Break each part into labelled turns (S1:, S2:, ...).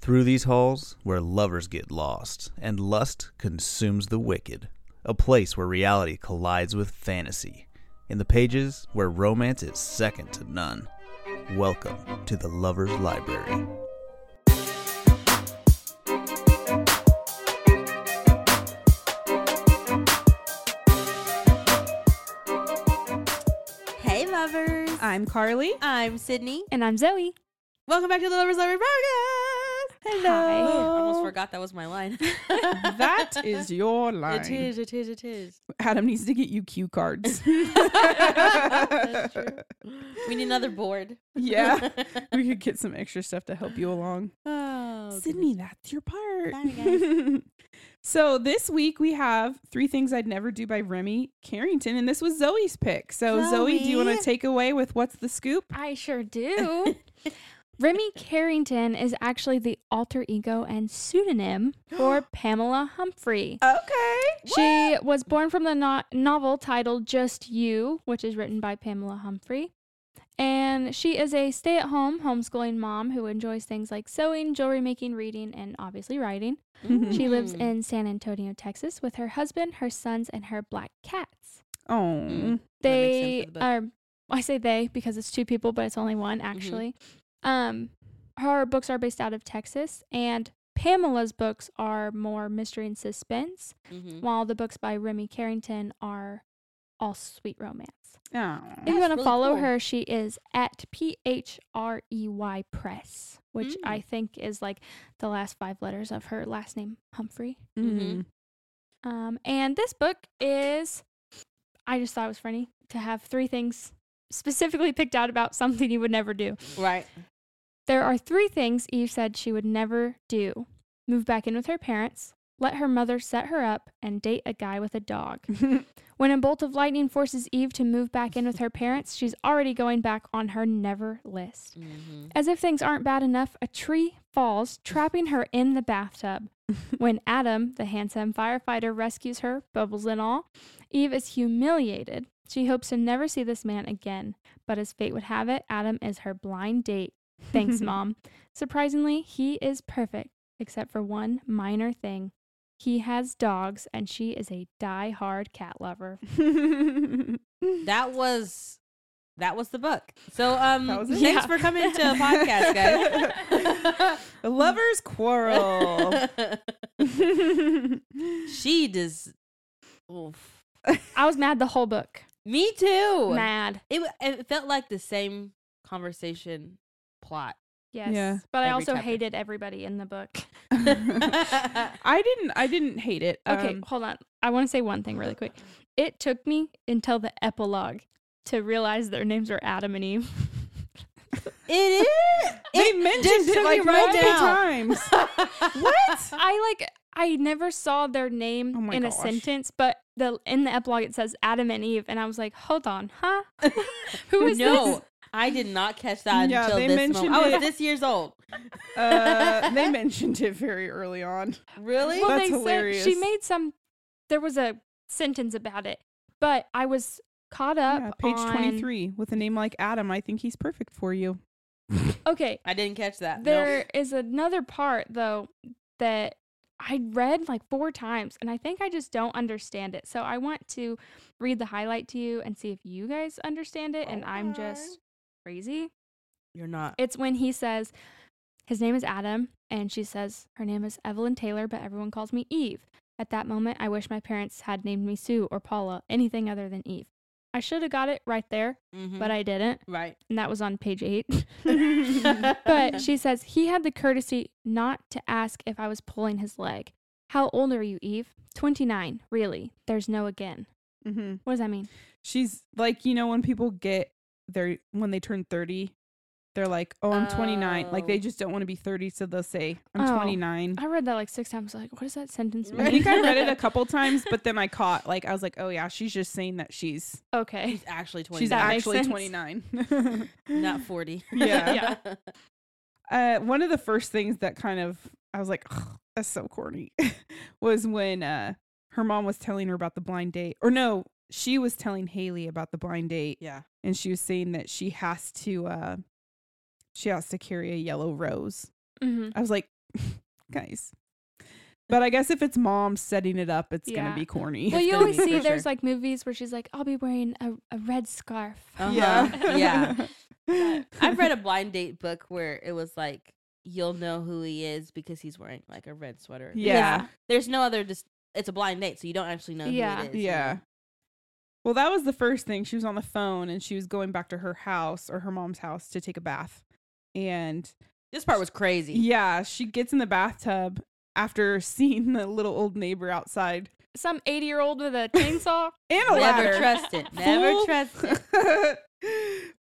S1: Through these halls, where lovers get lost and lust consumes the wicked, a place where reality collides with fantasy, in the pages where romance is second to none. Welcome to the Lover's Library.
S2: Hey, lovers.
S3: I'm Carly.
S2: I'm Sydney.
S4: And I'm Zoe.
S3: Welcome back to the Lovers Library Podcast. Oh. Hello.
S4: Hi.
S2: I almost forgot that was my line.
S3: That is your line.
S2: It is, it is, it is.
S3: Adam needs to get you cue cards.
S2: That's true. We need another board.
S3: yeah. We could get some extra stuff to help you along.
S2: oh,
S3: Sydney, that's your part.
S2: Sorry, guys.
S3: so this week we have Three Things I'd Never Do by Remy Carrington, and this was Zoe's pick. So Zoe, do you want
S2: Zoe.
S3: to take away with what's the scoop?
S4: I sure do. Remy Carrington is actually the alter ego and pseudonym for Pamela
S3: Uh,
S4: Humphrey.
S3: Okay.
S4: She was born from the no- novel titled Just You, which is written by Pamela Humphrey. And she is a stay at home homeschooling mom who enjoys things like sewing, jewelry making, reading, and obviously writing.
S3: Mm-hmm.
S4: She lives
S2: Mm.
S4: in San Antonio, Texas, with her husband, her sons, and her black cats.
S3: Oh.
S2: That makes sense
S4: they
S2: for the book. Mm-hmm.
S4: are i say they because it's two people but it's only one actually um her books are based out of texas and pamela's books are more mystery and suspense
S3: Mm-hmm.
S2: Mhm.
S4: while the books by remy carrington are all sweet romance if
S3: Oh.
S4: you
S2: That's
S4: want to
S2: really
S4: follow
S2: cool.
S4: her she is at p-h-r-e-y E press which
S2: Mm.
S4: i think is like the last five letters of her last name humphrey
S2: Mhm.
S3: Mm.
S4: um, and this book is, I just thought it was funny to have three things specifically picked out about something you would never do.
S2: Right.
S4: There are three things Eve said she would never do move back in with her parents, let her mother set her up, and date a guy with a dog. When a bolt of lightning forces Eve to move back in with her parents, she's already going back on her never list.
S3: Mm-hmm.
S2: Mhm.
S4: As if things aren't bad enough, a tree falls, trapping her in the bathtub. when Adam, the handsome firefighter, rescues her, bubbles and all, Eve is humiliated. She hopes to never see this man again, but as fate would have it, Adam is her blind date. Thanks, Mom. Surprisingly, he is perfect, except for one minor thing. He has dogs, and she is a die-hard cat lover.
S3: Oh.
S2: That was. That was the book. So, um,
S3: That was it?
S2: thanks
S4: Yeah.
S2: for coming to the podcast, guys.
S3: A lover's quarrel.
S2: she does. Oof.
S4: I was mad the whole book.
S2: Me too.
S4: Mad.
S2: It, wa- it felt like the same conversation plot.
S4: Yes.
S3: Yeah.
S4: But I
S2: Every
S4: also
S2: chapter.
S4: hated everybody in the book.
S3: I didn't. I didn't hate it.
S4: Okay,
S3: Um,
S4: hold on. I want to say one thing really quick. It took me until the epilogue to realize their names were Adam and Eve.
S2: It is.
S3: they
S2: It
S3: mentioned
S2: just
S3: it
S2: took
S3: like
S2: me right
S3: multiple
S2: down.
S3: times.
S2: what?
S4: I like I never saw their name
S3: Oh my
S4: in
S3: gosh.
S4: a sentence, but the in the epilogue it says Adam and Eve, and I was like, hold on, huh? Who is
S2: no,
S4: this?
S2: I did not catch that
S3: Yeah,
S2: until
S3: they
S2: this
S3: mentioned
S2: moment. I
S3: it.
S2: was this year's old.
S3: Uh, they mentioned it very early on.
S2: Really?
S4: Well,
S3: That's
S4: they
S3: hilarious.
S4: said she made some. There was a sentence about it, but I was caught up.
S3: Yeah, page
S4: on-
S3: twenty-three with a name like Adam. I think he's perfect for you.
S4: Okay,
S2: I didn't catch that.
S4: There is another part though that I read like four times and I think I just don't understand it. So I want to read the highlight to you and see if you guys understand it and I'm just crazy.
S2: no, you're not.
S4: It's when he says his name is Adam and she says her name is Evelyn Taylor but everyone calls me Eve. At that moment I wish my parents had named me Sue or Paula, anything other than Eve. I should have got it right there,
S2: Mhm.
S4: but I didn't.
S2: right.
S4: And that was on page 8.
S2: but
S4: But she says he had the courtesy not to ask if I was pulling his leg. How old are you, Eve? 29. Really? There's no again.
S3: Mm-hmm.
S4: What does that mean?
S3: She's like, you know, when people get their when they turn thirty, they're like, "Oh, I'm 29." Like
S2: Oh.
S3: they just don't want to be 30, so they'll say, "I'm
S4: Oh.
S3: 29."
S4: I read that like six times. I was like, what does that sentence
S3: I
S2: Right.
S4: mean?
S3: think I read it a couple times, but then I caught like I was like, "Oh yeah, she's just saying that she's
S4: okay.
S2: she's actually 20.
S3: she's
S4: That makes
S3: actually
S4: sense.
S3: 29."
S2: not 40.
S3: Yeah. uh, one of the first things that kind of I was like, "Ugh, that's so corny, was when uh, her mom was telling her about the blind date, or no, she was telling Haley about the blind date,
S2: Yeah.
S3: and she was saying that she has to, uh, she has to carry a yellow rose.
S4: hmm
S3: I was like, guys. But I guess if it's mom setting it up, it's
S4: Yeah.
S3: gonna be corny.
S4: Well,
S2: It's
S4: you
S2: gonna
S4: always
S2: be for
S4: see there's
S2: sure.
S4: like movies where she's like, I'll be wearing a, a red scarf.
S3: Uh,
S2: Uh-huh.
S3: Yeah,
S2: Yeah. I've read a blind date book where it was like you'll know who he is because he's wearing like a red sweater. Because
S3: Yeah.
S2: There's no other just it's a blind date, so you don't actually know
S4: Yeah.
S2: who it is. you
S3: Yeah.
S2: know?
S3: Well, that was the first thing. She was on the phone and she was going back to her house or her mom's house to take a bath. And
S2: This part was crazy.
S3: yeah, she gets in the bathtub after seeing the little old neighbor outside
S4: Some 80 year old with a chainsaw.
S3: and a
S2: Never
S3: ladder.
S2: trust it. Never
S3: Fool.
S2: trust it.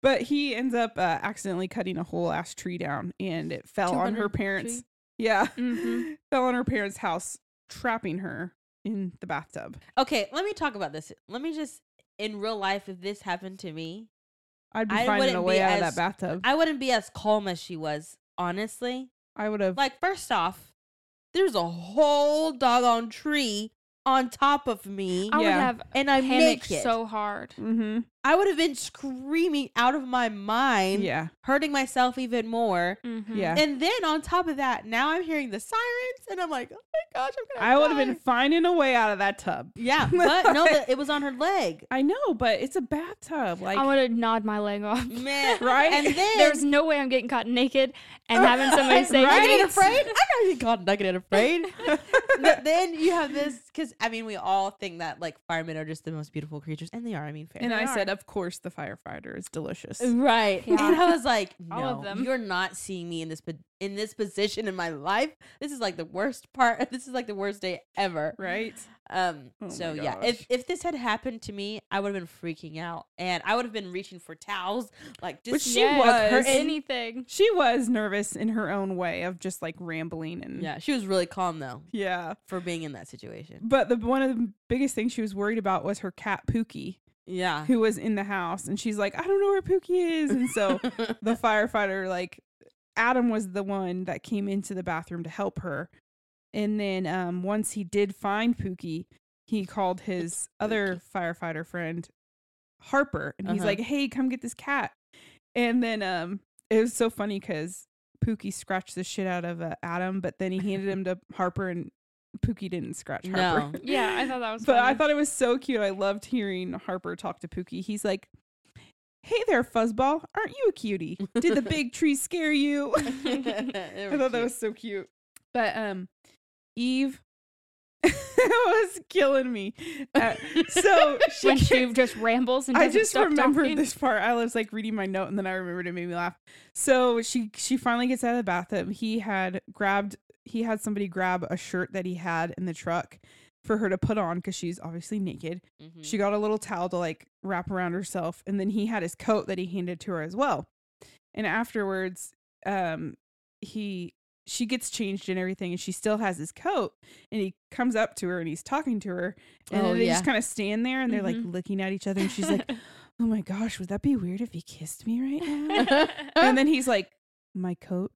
S3: but he ends up uh, accidentally cutting a whole ass tree down and it fell on her
S4: 200
S3: parents.
S4: tree.
S3: Yeah.
S2: Mm-hmm.
S4: Mhm.
S3: fell on her parents' house, trapping her in the bathtub.
S2: Okay, let me talk about this. Let me just in real life, if this happened to me,
S3: I'd be
S2: I
S3: finding a
S2: wouldn't
S3: way
S2: be
S3: out of
S2: as-
S3: that bathtub.
S2: I wouldn't be as calm as she was, honestly.
S3: I would have.
S2: Like, first off, there's a whole doggone tree on top of me,
S4: I would
S3: Yeah.
S4: have
S2: and I'm
S4: panicked
S2: naked.
S4: so hard.
S3: mm-hmm.
S2: I would have been screaming out of my mind,
S3: Yeah.
S2: hurting myself even more.
S4: Mhm.
S3: Yeah.
S2: And then on top of that, now I'm hearing the sirens, and I'm like, oh my gosh, I'm gonna.
S3: I would have
S2: die."
S3: been finding a way out of that tub.
S2: Yeah, but no, the- it was on her leg,
S3: I know, but it's a bathtub. Like,
S4: I would have gnawed my leg off.
S2: man.
S3: Right?
S2: And then
S4: There's no way I'm getting caught naked and having somebody say,
S2: Right?
S4: "You're
S2: Naked
S4: getting
S2: and afraid. I'm not even called naked and afraid. but then you have this because I mean we all think that like firemen are just the most beautiful creatures, and they are. I mean, fair.
S3: and I
S2: They
S3: said, of course, the firefighter is delicious.
S2: are. right?
S4: Yeah.
S2: And I was like, no,
S4: All of them.
S2: you're not seeing me in this po- in this position in my life. This is like the worst part. This is like the worst day ever.
S3: Right?
S2: Um.
S3: Oh my
S2: so yeah, if
S3: gosh.
S2: if this had happened to me, I would have been freaking out, and I would have been reaching for towels, like
S3: Which
S2: just
S3: she
S4: Yes,
S3: was.
S4: anything.
S3: She was nervous in her own way of just like rambling and
S2: yeah. She was really calm though
S3: yeah.
S2: for being in that situation.
S3: But the one of the biggest things she was worried about was her cat Pookie,
S2: Yeah.
S3: who was in the house, and she's like, I don't know where Pookie is, and so the firefighter like adam was the one that came into the bathroom to help her and then um, once he did find pookie he called his other firefighter friend harper and he's
S2: Uh-huh.
S3: like hey come get this cat and then um, it was so funny because pookie scratched the shit out of uh, adam but then he handed him to harper and pookie didn't scratch
S2: No.
S3: harper
S4: Yeah, I thought that was
S3: but I
S4: funny.
S3: thought it was so cute. I loved hearing Harper talk to Pookie. He's like, "Hey there, fuzzball. Aren't you a cutie? Did the big tree scare you?" I thought that was so cute. But um, Eve was killing me. Uh, so she
S4: when
S3: gets-
S4: she just rambles and
S3: I
S4: doesn't
S3: just
S4: stop
S3: remembered
S4: talking.
S3: this part. I was like reading my note and then I remembered it made me laugh. So she she finally gets out of the bathtub. He had grabbed he had somebody grab a shirt that he had in the truck for her to put on because she's obviously naked.
S2: Mhm.
S3: She got a little towel to like wrap around herself, and then he had his coat that he handed to her as well. And afterwards, um, he she gets changed and everything, and she still has his coat. And he comes up to her and he's talking to her, and
S2: Oh,
S3: then they
S2: yeah. Mm-hmm.
S3: just kind of stand there and they're like
S4: Mhm.
S3: looking at each other, and she's like, "Oh my gosh, would that be weird if he kissed me right now?" and then he's like, "My coat."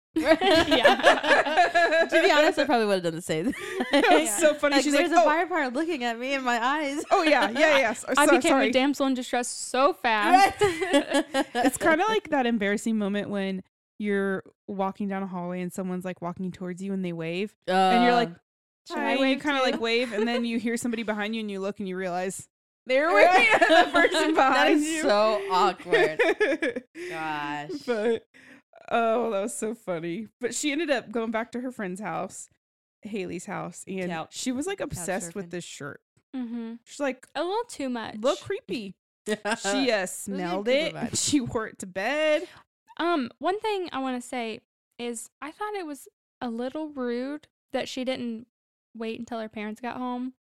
S2: yeah. to be honest, I probably would have done the same.
S3: It's
S4: Yeah.
S3: so funny.
S2: Like,
S3: she's like,
S2: there's a
S3: "Oh,
S2: firefighter looking at me in my eyes.
S3: oh yeah, yeah, yeah." So,
S4: I
S3: so
S4: became
S3: sorry.
S4: a damsel in distress so fast.
S3: it's kind of like that embarrassing moment when you're walking down a hallway and someone's like walking towards you and they wave
S2: Uh,
S3: and you're like
S4: Should
S3: hi,
S4: I
S3: and you
S4: wave
S3: kind of
S4: too?
S3: like wave and then you hear somebody behind you and you look and you realize they're waving at the person behind
S2: that is
S3: you
S2: so awkward.
S3: gosh
S2: Gosh.
S3: but oh that was so funny but she ended up going back to her friend's house Haley's house and
S2: Couch-
S3: she was like
S2: couch
S3: obsessed
S2: surfing.
S3: with this shirt
S4: Mhm.
S3: she's like
S4: a little too much.
S3: look creepy she uh, smelled it
S2: vibes.
S3: she wore it to bed
S4: Um, one thing I want to say is I thought it was a little rude that she didn't wait until her parents got home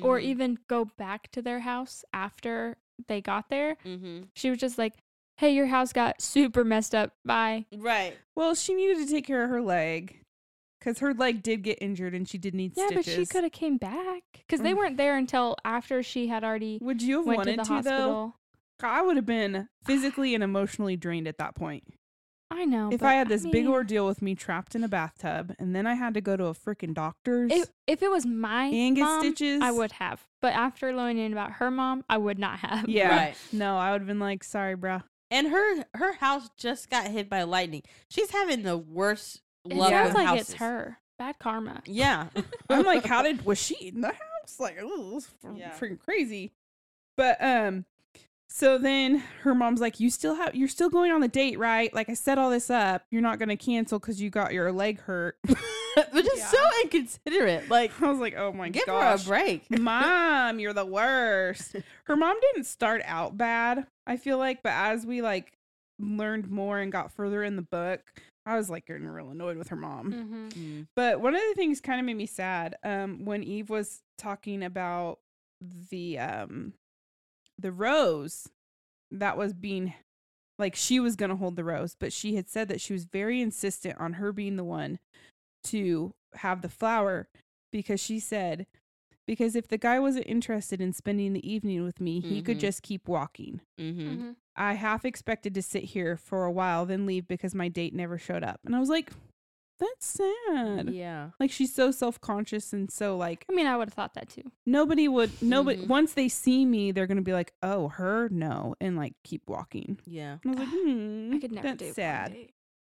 S4: or
S3: Mm-hmm.
S2: Mm-hmm.
S4: even go back to their house after they got there.
S2: hmm
S4: She was just like, "Hey, your house got super messed up. Bye."
S2: Right.
S3: Well, she needed to take care of her leg because her leg did get injured and she did need
S4: Yeah,
S3: stitches.
S4: but she could have came back because they
S3: Mm.
S4: weren't there until after she had already
S3: Would you have
S4: went to
S3: wanted
S4: the
S3: to, though?
S4: hospital.
S3: I would have been physically and emotionally drained at that point.
S4: I know.
S3: if
S4: Oh, but
S3: I had this big
S4: mean,
S3: ordeal with me trapped in a bathtub and then I had to go to a freaking doctor's.
S4: If, if it was my
S3: And get
S4: mom,
S3: stitches.
S4: I would have. But after learning about her mom, I would not have.
S3: yeah.
S2: Right.
S3: No, I would have been like, sorry, bruh.
S2: And her her house just got hit by lightning. She's having the worst
S4: It
S2: love
S4: sounds
S2: with
S4: like
S2: houses.
S4: it's her. Bad karma.
S2: Yeah.
S3: I'm like, how did was she in the house? Like, oh, this is fr-
S2: Yeah.
S3: freaking crazy. But um, so then her mom's like, you still have, you're still going on the date, right? Like, I set all this up. You're not gonna cancel because you got your leg hurt.
S2: Which is so inconsiderate. Like,
S3: I was like, oh my
S2: give
S3: gosh,
S2: her a break.
S3: mom, you're the worst. Her mom didn't start out bad. I feel like, but as we like learned more and got further in the book, I was like getting real annoyed with her mom.
S4: Mm-hmm.
S3: But one of the things kind of made me sad um, when Eve was talking about the um, the rose that was being like she was going to hold the rose, but she had said that she was very insistent on her being the one to have the flower because she said because if the guy wasn't interested in spending the evening with me, he could
S2: Mhm.
S3: just keep walking.
S2: Mm-hmm.
S4: Mm-hmm.
S3: I half expected to sit here for a while, then leave because my date never showed up. And I was like, that's sad.
S2: Yeah.
S3: Like she's so self conscious and so like
S4: I mean, I would have thought that too.
S3: nobody would nobody
S2: Mhm.
S3: once they see me they're gonna be like oh her no and like keep walking.
S2: Yeah.
S3: And I was like hmm,
S4: I could never
S3: that's
S4: do
S3: sad.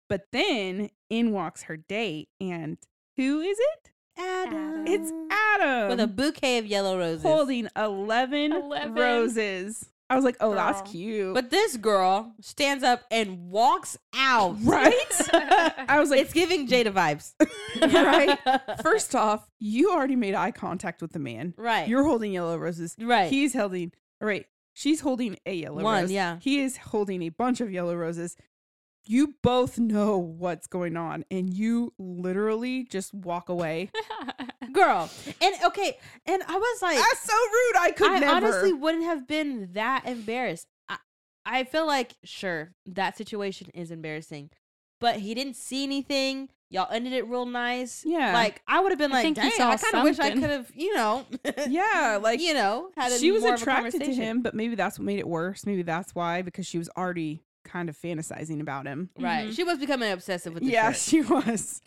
S3: But then in walks her date and who is it?
S4: Adam.
S3: It's
S4: Um,
S3: Adam
S2: Uh, With a bouquet of yellow roses.
S3: holding 11,
S4: 11.
S3: roses. I was like oh
S4: Girl.
S3: that's cute.
S2: But this girl stands up and walks out.
S3: Right? I was like
S2: it's giving Jada vibes.
S3: Right? first off you already made eye contact with the man.
S2: Right.
S3: You're holding yellow roses.
S2: right.
S3: He's holding right. She's holding a yellow
S2: One,
S3: rose.
S2: yeah.
S3: He is holding a bunch of yellow roses. You both know what's going on, and you literally just walk away.
S2: girl. And okay. And I was like,
S3: That's so rude. I could
S2: I
S3: never.
S2: honestly wouldn't have been that embarrassed. I, I feel like, sure, that situation is embarrassing, but he didn't see anything. Y'all ended it real nice.
S3: yeah,
S2: Like I would have been
S4: I
S2: like,
S4: think he
S2: dang,
S4: saw
S2: I kind of wish I
S4: something."
S2: could have, you know,
S3: yeah, like
S2: you know, had a
S3: she was
S2: more of a
S3: attracted to
S2: conversation.
S3: him, but maybe that's what made it worse. Maybe that's why because she was already kind of fantasizing about him.
S2: Right.
S4: Mhm.
S2: She was becoming obsessive with the
S3: Mm-hmm. yeah,
S2: yeah,
S3: she was.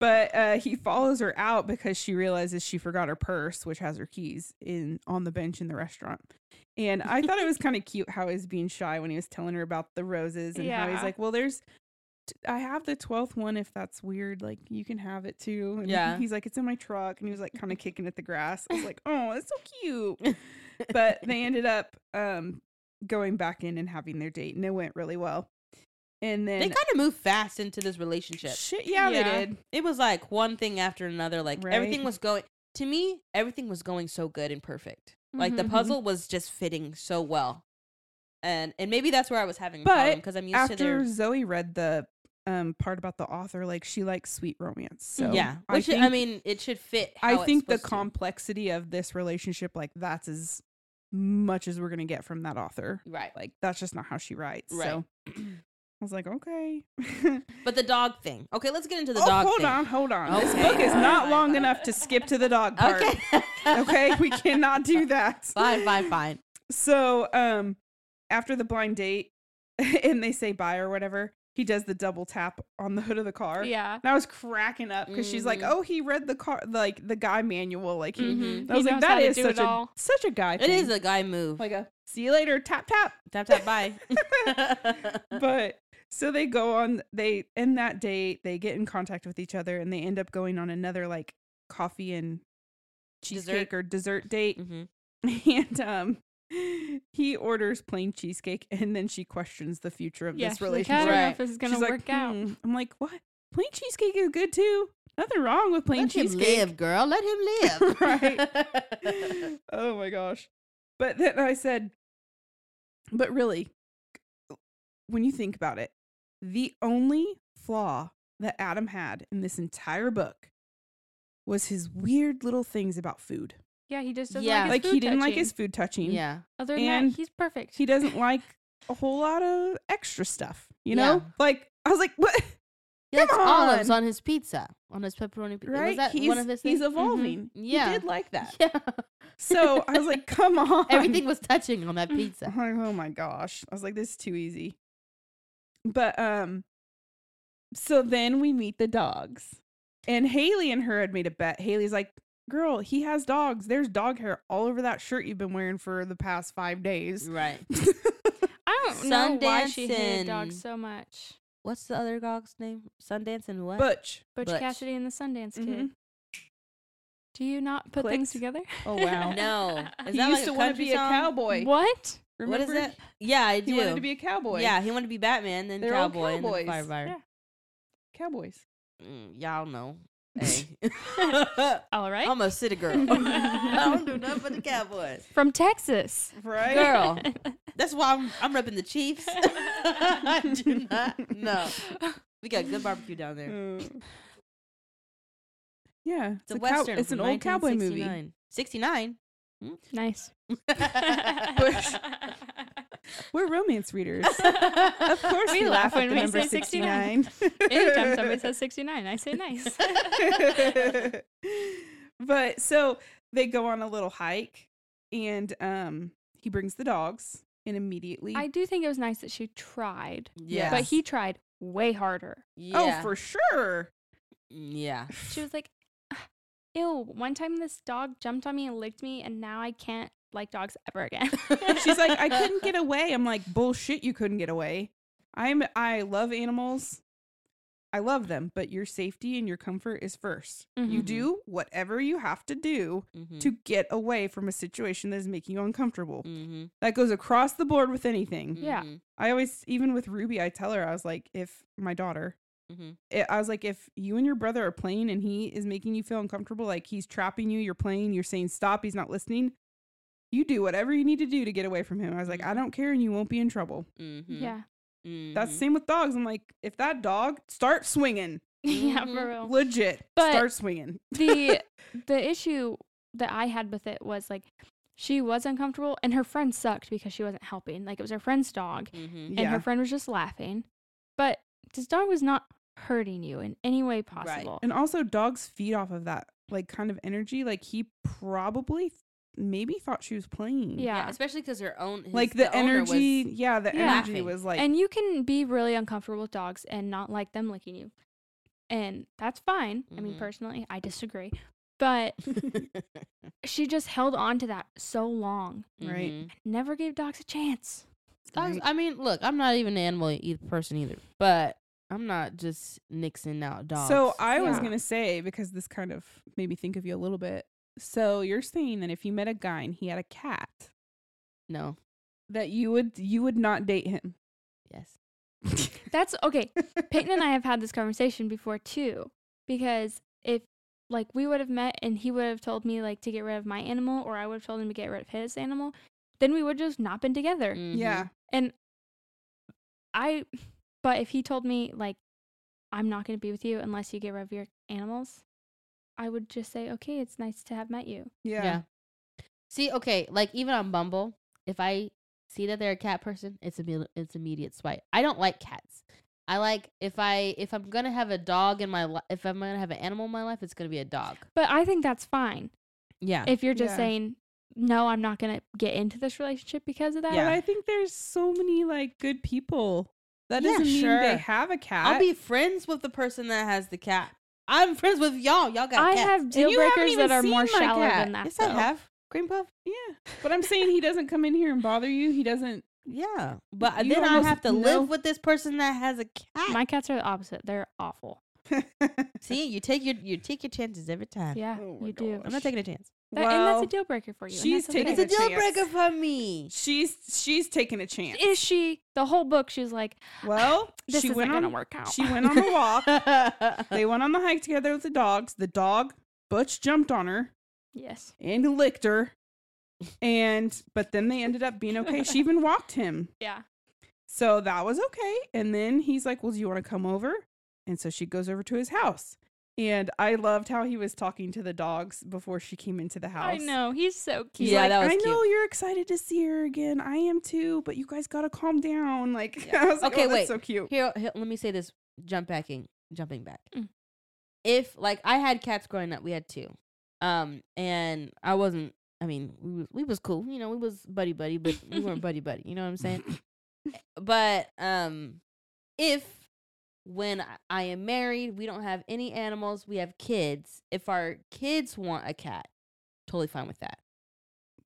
S3: But uh, he follows her out because she realizes she forgot her purse, which has her keys, in on the bench in the restaurant. And I thought it was kind of cute how he was being shy when he was telling her about the roses and how he's
S4: Yeah.
S3: like, "Well, there's, t- I have the twelfth one. If that's weird, like you can have it too." And
S2: Yeah.
S3: He's like, "It's in my truck," and he was like, kind of kicking at the grass. I was like, "Oh, that's so cute." but they ended up um, going back in and having their date, and it went really well. And then
S2: They kind of moved fast into this relationship.
S3: Shit, yeah,
S4: Yeah.
S3: they did.
S2: It was like one thing after another. Like everything
S3: Right.
S2: was going to me, everything was going so good and perfect. Like the
S3: Mm-hmm,
S4: Mhm.
S2: puzzle was just fitting so well. And and maybe that's where I was having a
S3: But
S2: problem because I'm used to
S3: After
S2: their
S3: Zoe read the um part about the author, like she likes sweet romance. So
S2: Mm, yeah.
S3: I
S2: Which I,
S3: think,
S2: mean, it should fit.
S3: I
S2: how it's
S3: think the
S2: supposed to.
S3: complexity of this relationship, like that's as much as we're gonna get from that author.
S2: right.
S3: Like that's just not how she writes.
S2: Right.
S3: So I was like, okay.
S2: But the dog thing. Okay, let's get into the
S3: oh,
S2: dog.
S3: hold
S2: thing.
S3: on, hold on. This
S2: Okay.
S3: book is not
S4: Fine,
S3: long
S4: fine.
S3: enough to skip to the dog part.
S2: Okay.
S3: okay? we cannot do that.
S2: Fine, fine, fine.
S3: So, um, after the blind date, and they say bye or whatever, he does the double tap on the hood of the car.
S4: Yeah.
S3: and I was cracking up because she's like,
S4: Mm-hmm.
S2: Mhm.
S3: "Oh, he read the car, like the guy manual, like he."
S4: Mhm.
S3: I was
S4: He
S3: like,
S4: knows
S3: "That
S4: how to
S3: is
S4: do it
S3: such a
S4: all."
S3: such a guy."
S2: It is
S3: thing.
S2: a guy move.
S3: like a see you later, tap tap. Mm-hmm.
S2: tap tap bye.
S4: Uh.
S3: But so they go on. They end that date. They get in contact with each other, and they end up going on another like coffee and cheesecake or dessert date.
S2: hmm
S4: Mm-hmm.
S3: and um he orders plain cheesecake and then she questions the future of
S4: yeah,
S3: this
S4: she's like,
S3: relationship
S4: I don't know
S2: Right.
S4: if this is
S3: She's
S4: going to
S3: like,
S4: work out.
S3: "Hmm." i'm like what plain cheesecake is good too nothing wrong with plain
S2: Let
S3: cheesecake
S2: him live, girl. Let him live.
S3: Right. oh my gosh but then i said but really when you think about it the only flaw that adam had in this entire book was his weird little things about food
S4: Yeah, he just doesn't
S2: Yeah.
S4: like his
S3: like
S4: food
S3: he didn't like
S4: touching.
S3: his food touching
S2: yeah.
S4: Other than
S3: and
S4: that, he's perfect.
S3: he doesn't like a whole lot of extra stuff, you know?
S2: Yeah.
S3: Like I was like, what?
S2: He likes
S3: Come
S2: olives
S3: on.
S2: on his pizza, on his pepperoni pizza.
S3: Right?
S2: Was that
S3: he's
S2: one of his
S3: he's
S2: things? Mm-hmm.
S3: evolving.
S2: Yeah.
S3: He did like that.
S2: Yeah.
S3: So I was like, come on.
S2: Everything was touching on that pizza.
S3: I'm like, oh my gosh. I was like, this is too easy. But um so then we meet the dogs. And Haley and her had made a bet. Haley's like, girl, he has dogs. There's dog hair all over that shirt you've been wearing for the past five days.
S2: Right.
S4: I don't know why she hated dogs
S2: Sundancing.
S4: so much.
S2: what's the other dog's name? Sundance and what?
S3: Butch.
S4: Butch,
S2: Butch.
S4: Cassidy and the Sundance Kid.
S3: Mhm.
S4: Do you not put things
S3: Clicked.
S4: together?
S3: Oh wow.
S2: no, is
S3: He
S2: that
S3: used
S2: like
S3: to
S2: a
S3: want to
S2: country
S3: be a
S2: song?
S3: cowboy.
S4: What?
S2: What
S3: Remember?
S2: is that? Yeah, I
S3: He
S2: do.
S3: wanted to be a cowboy.
S2: Yeah, he wanted to be Batman, then
S3: They're all
S2: cowboy, and then
S3: cowboys.
S2: firefighter.
S3: Cowboys.
S2: Mm, y'all know. Hey.
S4: All right.
S2: I'm a city girl. I don't do nothing but the Cowboys.
S4: From Texas.
S3: Right.
S2: Girl, that's why I'm, I'm repping the Chiefs. I do not know. We got good barbecue down there.
S3: Mm. yeah.
S2: It's a,
S3: cow-
S2: western.
S3: it's an
S2: from
S3: old cowboy movie.
S2: 1969. 69.
S4: Nice.
S3: We're romance readers.
S2: of
S3: Of course,
S4: We
S3: we,
S4: laugh
S3: laugh, at
S4: when
S3: the
S4: we
S3: number
S4: say
S3: 69.
S4: Anytime somebody says 69, I say nice.
S3: but so they go on a little hike, and um, he brings the dogs, and immediately,
S4: I do think it was nice that she tried,
S2: Yeah.
S4: but he tried way harder.
S2: Yeah.
S3: oh, for sure.
S2: yeah.
S4: She was like, "Ah, ew, one time this dog jumped on me and licked me, and now I can't like dogs ever again.
S3: She's like, I couldn't get away. I'm like, bullshit, you couldn't get away. I'm I love animals. I love them, but your safety and your comfort is 1st You
S4: Mm-hmm.
S2: Mhm.
S3: do whatever you have to do
S2: Mhm.
S3: to
S4: Mm.
S3: get away from a situation that is making you uncomfortable.
S2: Mhm.
S3: That goes across the board with anything.
S4: Yeah.
S2: Mhm.
S3: I always even with Ruby, I tell her I was like, if my daughter
S4: Mm-hmm.
S2: Mhm.
S3: it, I was like, if you and your brother are playing and he is making you feel uncomfortable, like he's trapping you, you're playing, you're saying stop, he's not listening, you do whatever you need to do to get away from him. I was
S4: Mm-hmm.
S3: like, I don't care and you won't be in trouble.
S2: Mhm.
S4: yeah.
S3: That's
S4: Mm-hmm.
S2: Mhm.
S3: the same with dogs. I'm like, if that dog, start swinging.
S4: yeah,
S2: Mhm.
S4: for real.
S3: Legit.
S4: Oh. But-
S3: start swinging.
S4: the the issue that I had with it was like she was uncomfortable and her friend sucked because she wasn't helping. Like it was her friend's dog
S2: Mhm.
S4: Mm-hmm. and her friend was just laughing. But this dog was not hurting you in any way possible.
S3: And also, dogs feed off of that like kind of energy. Like he probably maybe thought she was playing.
S4: Yeah.
S2: Yeah, especially because her own his-
S3: Like the,
S2: owner was-
S3: energy. yeah, the
S4: Yeah.
S3: energy
S2: Laughing.
S3: was like.
S4: and you can be really uncomfortable with dogs and not like them licking you. And that's fine. I mean,
S3: Mm-hmm.
S2: Mhm.
S4: personally, I disagree. But she just held on to that so long.
S3: Right.
S2: Mhm.
S4: Never gave dogs a chance.
S2: I, was- I mean, look, I'm not even an animal e- person either, but I'm not just nixing out dogs.
S3: So I was
S4: Yeah.
S3: gonna say because this kind of made me think of you a little bit. So you're saying that if you met a guy and he had a cat,
S2: no,
S3: that you would you would not date him.
S2: yes,
S4: That's okay. Peyton and I have had this conversation before too, because if like we would have met and he would have told me like to get rid of my animal or I would have told him to get rid of his animal, then we would just not been
S3: Mm.
S4: together.
S2: Mm-hmm.
S3: Yeah.
S4: And I, but if he told me like I'm not going to be with you unless you get rid of your animals, I would just say okay, it's nice to have met you.
S2: Mhm.
S3: Yeah.
S2: yeah. See, okay, like even on Bumble, if I see that they're a cat person, it's immediate, it's immediate swipe. I don't like cats. I like if I if I'm gonna have a dog in my life, if I'm gonna have an animal in my life, it's gonna be a dog.
S4: But I think that's fine
S2: Yeah.
S4: if you're just
S3: Uh, Yeah.
S4: saying no, I'm not going to get into this relationship because of that.
S3: But
S2: Yeah.
S3: I think there's so many like good people. That
S2: Yeah,
S3: doesn't mean they
S2: sure.
S3: have a cat.
S2: I'll be friends with the person that has the cat. I'm friends with y'all. Y'all got.
S4: I
S2: cats.
S4: have deal
S3: you haven't
S4: breakers that
S3: even
S4: are more
S3: seen my
S4: shallow
S3: cat.
S4: than that.
S2: Yes, I
S4: though.
S2: have. Cream puff.
S3: yeah. But I'm saying he doesn't come in here and bother you. He doesn't.
S2: Yeah, but
S3: You
S2: then I
S3: almost
S2: have to
S3: know-
S2: live with this person that has a cat.
S4: My cats are the opposite. They're awful.
S2: See, you take your you take your chances every time.
S4: Yeah,
S3: Oh my
S4: you do.
S2: I'm not taking a chance.
S4: That- and that's
S3: Well,
S4: a deal breaker for you. and
S3: she's
S4: that's okay.
S3: taking
S2: It's a deal
S3: a chance.
S2: breaker for me.
S3: she's she's taking a chance.
S4: Is she the whole book? She's like,
S3: well,
S4: this
S3: she
S4: isn't
S3: went
S4: gonna
S3: on.
S4: work out.
S3: She went on a walk.
S2: yeah,
S3: they went on the hike together with the dogs. The dog Butch jumped on her.
S4: yes,
S3: and licked her. And but then they ended up being okay. She even walked him.
S4: yeah.
S3: So that was okay. And then he's like, Well, do you want to come over? And so she goes over to his house. And I loved how he was talking to the dogs before she came into the house.
S4: I know he's so cute.
S3: He's
S2: Yeah,
S3: like,
S2: that was
S3: I know
S2: cute.
S3: you're excited to see her again. I am too, but you guys gotta calm down. Like I was like,
S2: Okay,
S3: oh, that's
S2: wait.
S3: so cute.
S2: Here, here, let me say this: jump backing, jumping back.
S4: Mm.
S2: If like I had cats growing up, we had two, um, and I wasn't. I mean, we was, we was cool, you know, we was buddy buddy, but we weren't buddy buddy. You know what I'm saying? but um, if when I- I am married, we don't have any animals, we have kids. If our kids want a cat, totally fine with that.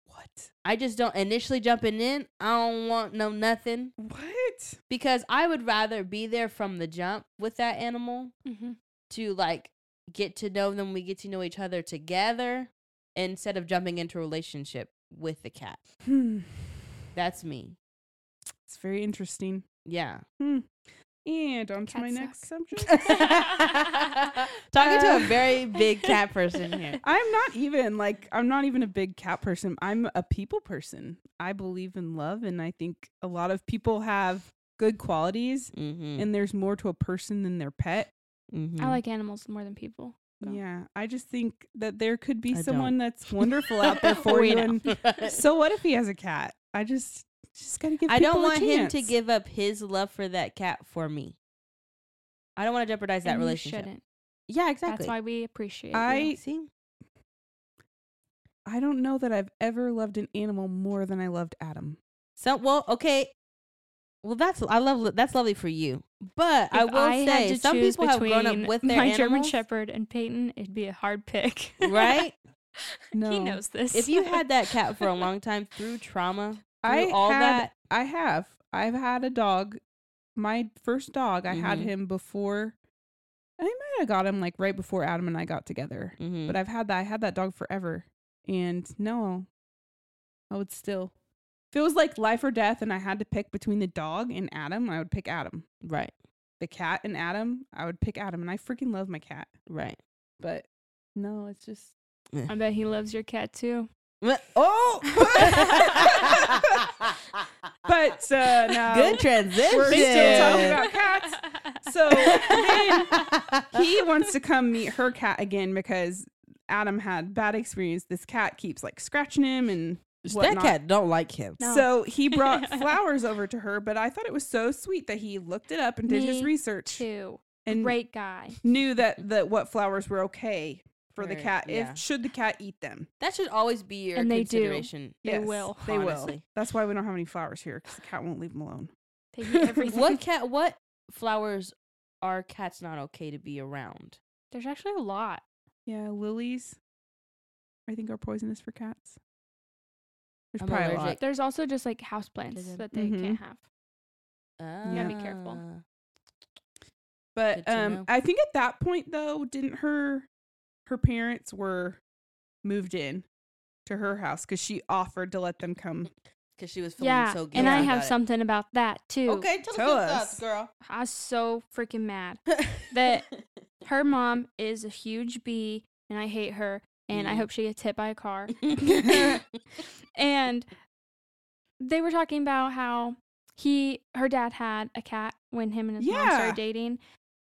S3: What?
S2: I just don't initially jumping in. I don't want no nothing
S3: What?
S2: because I would rather be there from the jump with that animal
S4: Mm-hmm.
S2: to like get to know them. We get to know each other together instead of jumping into a relationship with the cat.
S3: Hmm.
S2: That's me.
S3: It's very interesting.
S2: Yeah.
S3: And on to my
S4: Cats
S3: next subject.
S2: Talking to a very big cat person here.
S3: I'm not even like I'm not even a big cat person. I'm a people person. I believe in love and I think a lot of people have good qualities
S2: Mm-hmm.
S3: and there's more to a person than their pet.
S2: mm-hmm.
S4: I like animals more than people. No.
S3: Yeah, I just think that there could be
S2: I
S3: someone that's wonderful out there for
S4: We
S3: you.
S4: know.
S3: And so what if he has a cat? I just just gotta give.
S2: I don't
S3: people a
S2: want him to
S3: chance.
S2: give up his love for that cat for me. I don't want to jeopardize that
S4: And you
S2: relationship.
S4: shouldn't.
S2: Yeah, exactly.
S4: That's why we appreciate. you.
S3: I-
S2: see.
S3: I don't know that I've ever loved an animal more than I loved Adam.
S2: So well, okay. Well, that's I love that's lovely for you, but I
S4: If
S2: will
S4: had
S2: say
S4: to
S2: some
S4: choose
S2: people have grown up
S4: between
S2: with their
S4: my
S2: animals,
S4: German Shepherd and Peyton. It'd be a hard pick,
S2: right?
S3: No,
S4: He knows this.
S2: if you had that cat for a long time through trauma,
S3: I
S2: through all
S3: had,
S2: that,
S3: I have. I've had a dog. My first dog, I had
S2: Mhm.
S3: him before. I might have got him like right before Adam and I got together.
S2: Mhm.
S3: But I've had that. I had that dog forever, and no, I would still. If it was like life or death, and I had to pick between the dog and Adam, I would pick Adam.
S2: right,
S3: The cat and Adam, I would pick Adam, and I freaking love my cat.
S2: right.
S3: But no, it's just
S4: I bet he loves your cat too.
S2: Oh,
S3: But uh, no,
S2: good transition.
S3: We're still talking about cats. So then he wants to come meet her cat again because Adam had bad experience. This cat keeps like scratching him and
S2: that
S3: whatnot.
S2: cat don't like him.
S4: No.
S3: So he brought flowers over to her, but I thought it was so sweet that he looked it up and did his
S4: Me
S3: research
S4: Two,
S3: and
S4: great guy.
S3: knew that that what flowers were okay for the
S2: Right,
S3: cat
S2: yeah.
S3: if should the cat eat them.
S2: That should always be your
S4: And they do.
S2: consideration.
S4: They
S3: Yes,
S4: will.
S3: They will.
S2: honestly.
S3: That's why we don't have any flowers here because the cat won't leave them alone.
S4: They eat everything.
S2: What cat? What flowers are cats not okay to be around?
S4: There's actually a lot.
S3: Yeah, lilies. I think are poisonous for cats. There's
S2: I'm
S3: probably a lot.
S2: allergic.
S4: There's also just like
S2: them.
S4: houseplants that they
S3: Mhm.
S2: Mm-hmm.
S4: can't have.
S2: You
S3: gotta
S4: be careful.
S3: But
S2: Good to
S3: um
S2: know.
S3: I think at that point though, didn't her her parents were moved in to her house because she offered to let them come.
S2: Because she was feeling
S4: Yeah,
S2: so guilty.
S4: and I have
S2: about it.
S4: something about that too.
S2: Okay, tell,
S3: Tell
S2: us your
S3: us.
S2: thoughts, girl.
S4: I was so freaking mad that her mom is a huge bee, and I hate her. And I
S2: Mm.
S4: hope she gets hit by a car. and they were talking about how he her dad had a cat when him and his mom
S3: Yeah.
S4: started dating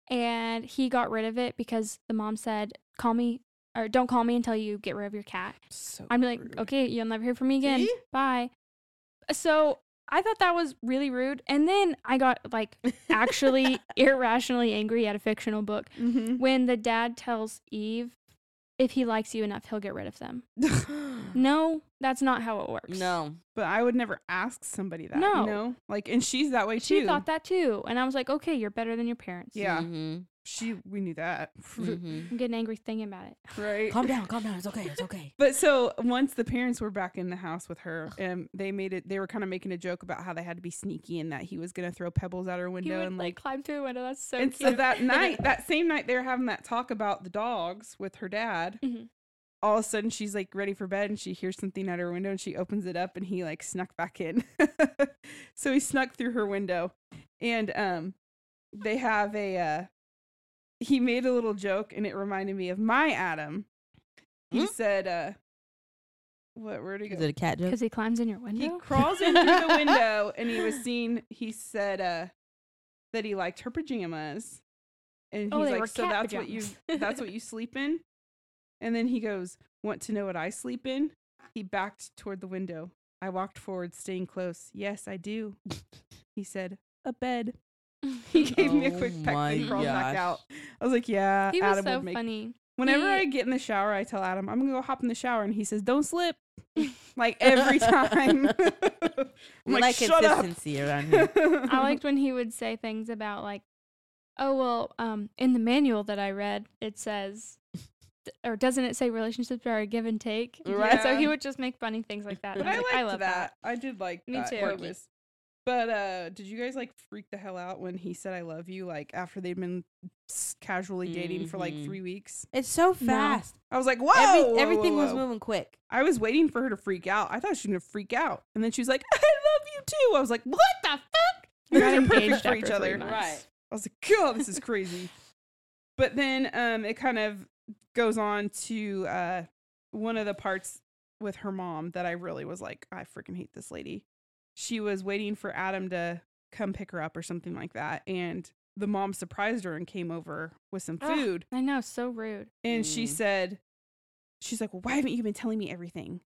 S4: and he got rid of it because the mom said call me or don't call me until you get rid of your cat
S3: So
S4: i'm like
S3: rude.
S4: okay you'll never hear from me again
S2: See?
S4: bye so i thought that was really rude and then i got like actually irrationally angry at a fictional book
S3: Mhm.
S4: when the dad tells eve if he likes you enough he'll get rid of them no that's not how it works
S2: no.
S3: But I would never ask somebody that.
S4: No.
S3: You know? Like and she's that way
S4: She
S3: too.
S4: thought that too. And I was like, okay, you're better than your parents.
S3: Yeah.
S2: Mhm,
S3: She we knew that.
S2: mhm.
S4: I'm getting angry thinking about it.
S3: right.
S5: Calm down, calm down. It's okay, it's okay.
S3: But so once the parents were back in the house with her, um, they made it. They were kind of making a joke about how they had to be sneaky and that he was gonna throw pebbles out her
S4: He
S3: window
S4: would
S3: and
S4: like climb through a window. That's so
S3: and
S4: cute.
S3: so that night, that same night, they were having that talk about the dogs with her dad.
S4: Mhm.
S3: All of a sudden, she's like ready for bed, and she hears something at her window, and she opens it up, and he like snuck back in. so he snuck through her window, and um, they have a. Uh, he made a little joke, and it reminded me of my Adam. He
S4: Mm-hmm.
S2: Hmm?
S3: said, uh, "What? Where did he
S2: Is
S3: go?
S2: it a cat joke?
S4: Because he climbs in your
S3: He
S4: window.
S3: crawls in through the window and he was seen. He said uh, that he liked her pajamas, and he's
S4: Oh, they were
S3: like, "So
S4: cat
S3: that's what you
S4: pajamas."
S3: that's what you sleep in." And then he goes, "Want to know what I sleep in?" He backed toward the window. I walked forward, staying close. Yes, I do. He said, "A bed." He gave me a
S2: Oh
S3: quick peck
S2: my
S3: and crawled back
S2: gosh.
S3: out. I was like, "Yeah."
S4: He was
S3: Adam
S4: so
S3: would make
S4: funny.
S3: Whenever
S4: He-
S3: I get in the shower, I tell Adam, I'm gonna go hop in the shower, and he says, "Don't slip," like every time. I'm
S2: we like
S3: shut up.
S2: consistency around here.
S4: I liked when he would say things about like, oh well, um, in the manual that I read, it says th- or doesn't it say relationships are a give and take?
S3: Right.
S4: So he
S3: Yeah.
S4: would just make funny things like that.
S3: But
S4: and
S3: I
S4: was
S3: liked
S4: like, love
S3: that. I did like
S4: Me
S3: that
S4: too.
S3: part was- But uh, did you guys like freak the hell out when he said "I love you"? Like after they'd been s- casually dating for like
S2: Mhm.
S3: three weeks,
S2: It's so fast.
S3: I was like, "Whoa!"
S2: Every,
S3: whoa,
S2: everything
S3: whoa,
S2: was
S3: whoa."
S2: moving quick.
S3: I was waiting for her to freak out. I thought she was gonna freak out, and then she was like, "I love you too." I was like, "What the fuck?"
S4: We
S3: You
S4: got
S3: guys are perfect
S4: engaged
S3: for each
S4: after three
S3: other.
S4: months. Right.
S3: I was like, "God, this is crazy." but then um, it kind of goes on to uh, one of the parts with her mom that I really was like, "I freaking hate this lady." She was waiting for Adam to come pick her up or something like that, and the mom surprised her and came over with some
S4: Ugh.
S3: food.
S4: I know, so rude.
S3: And she
S2: Mm.
S3: said, "She's like, well, why haven't you been telling me everything?"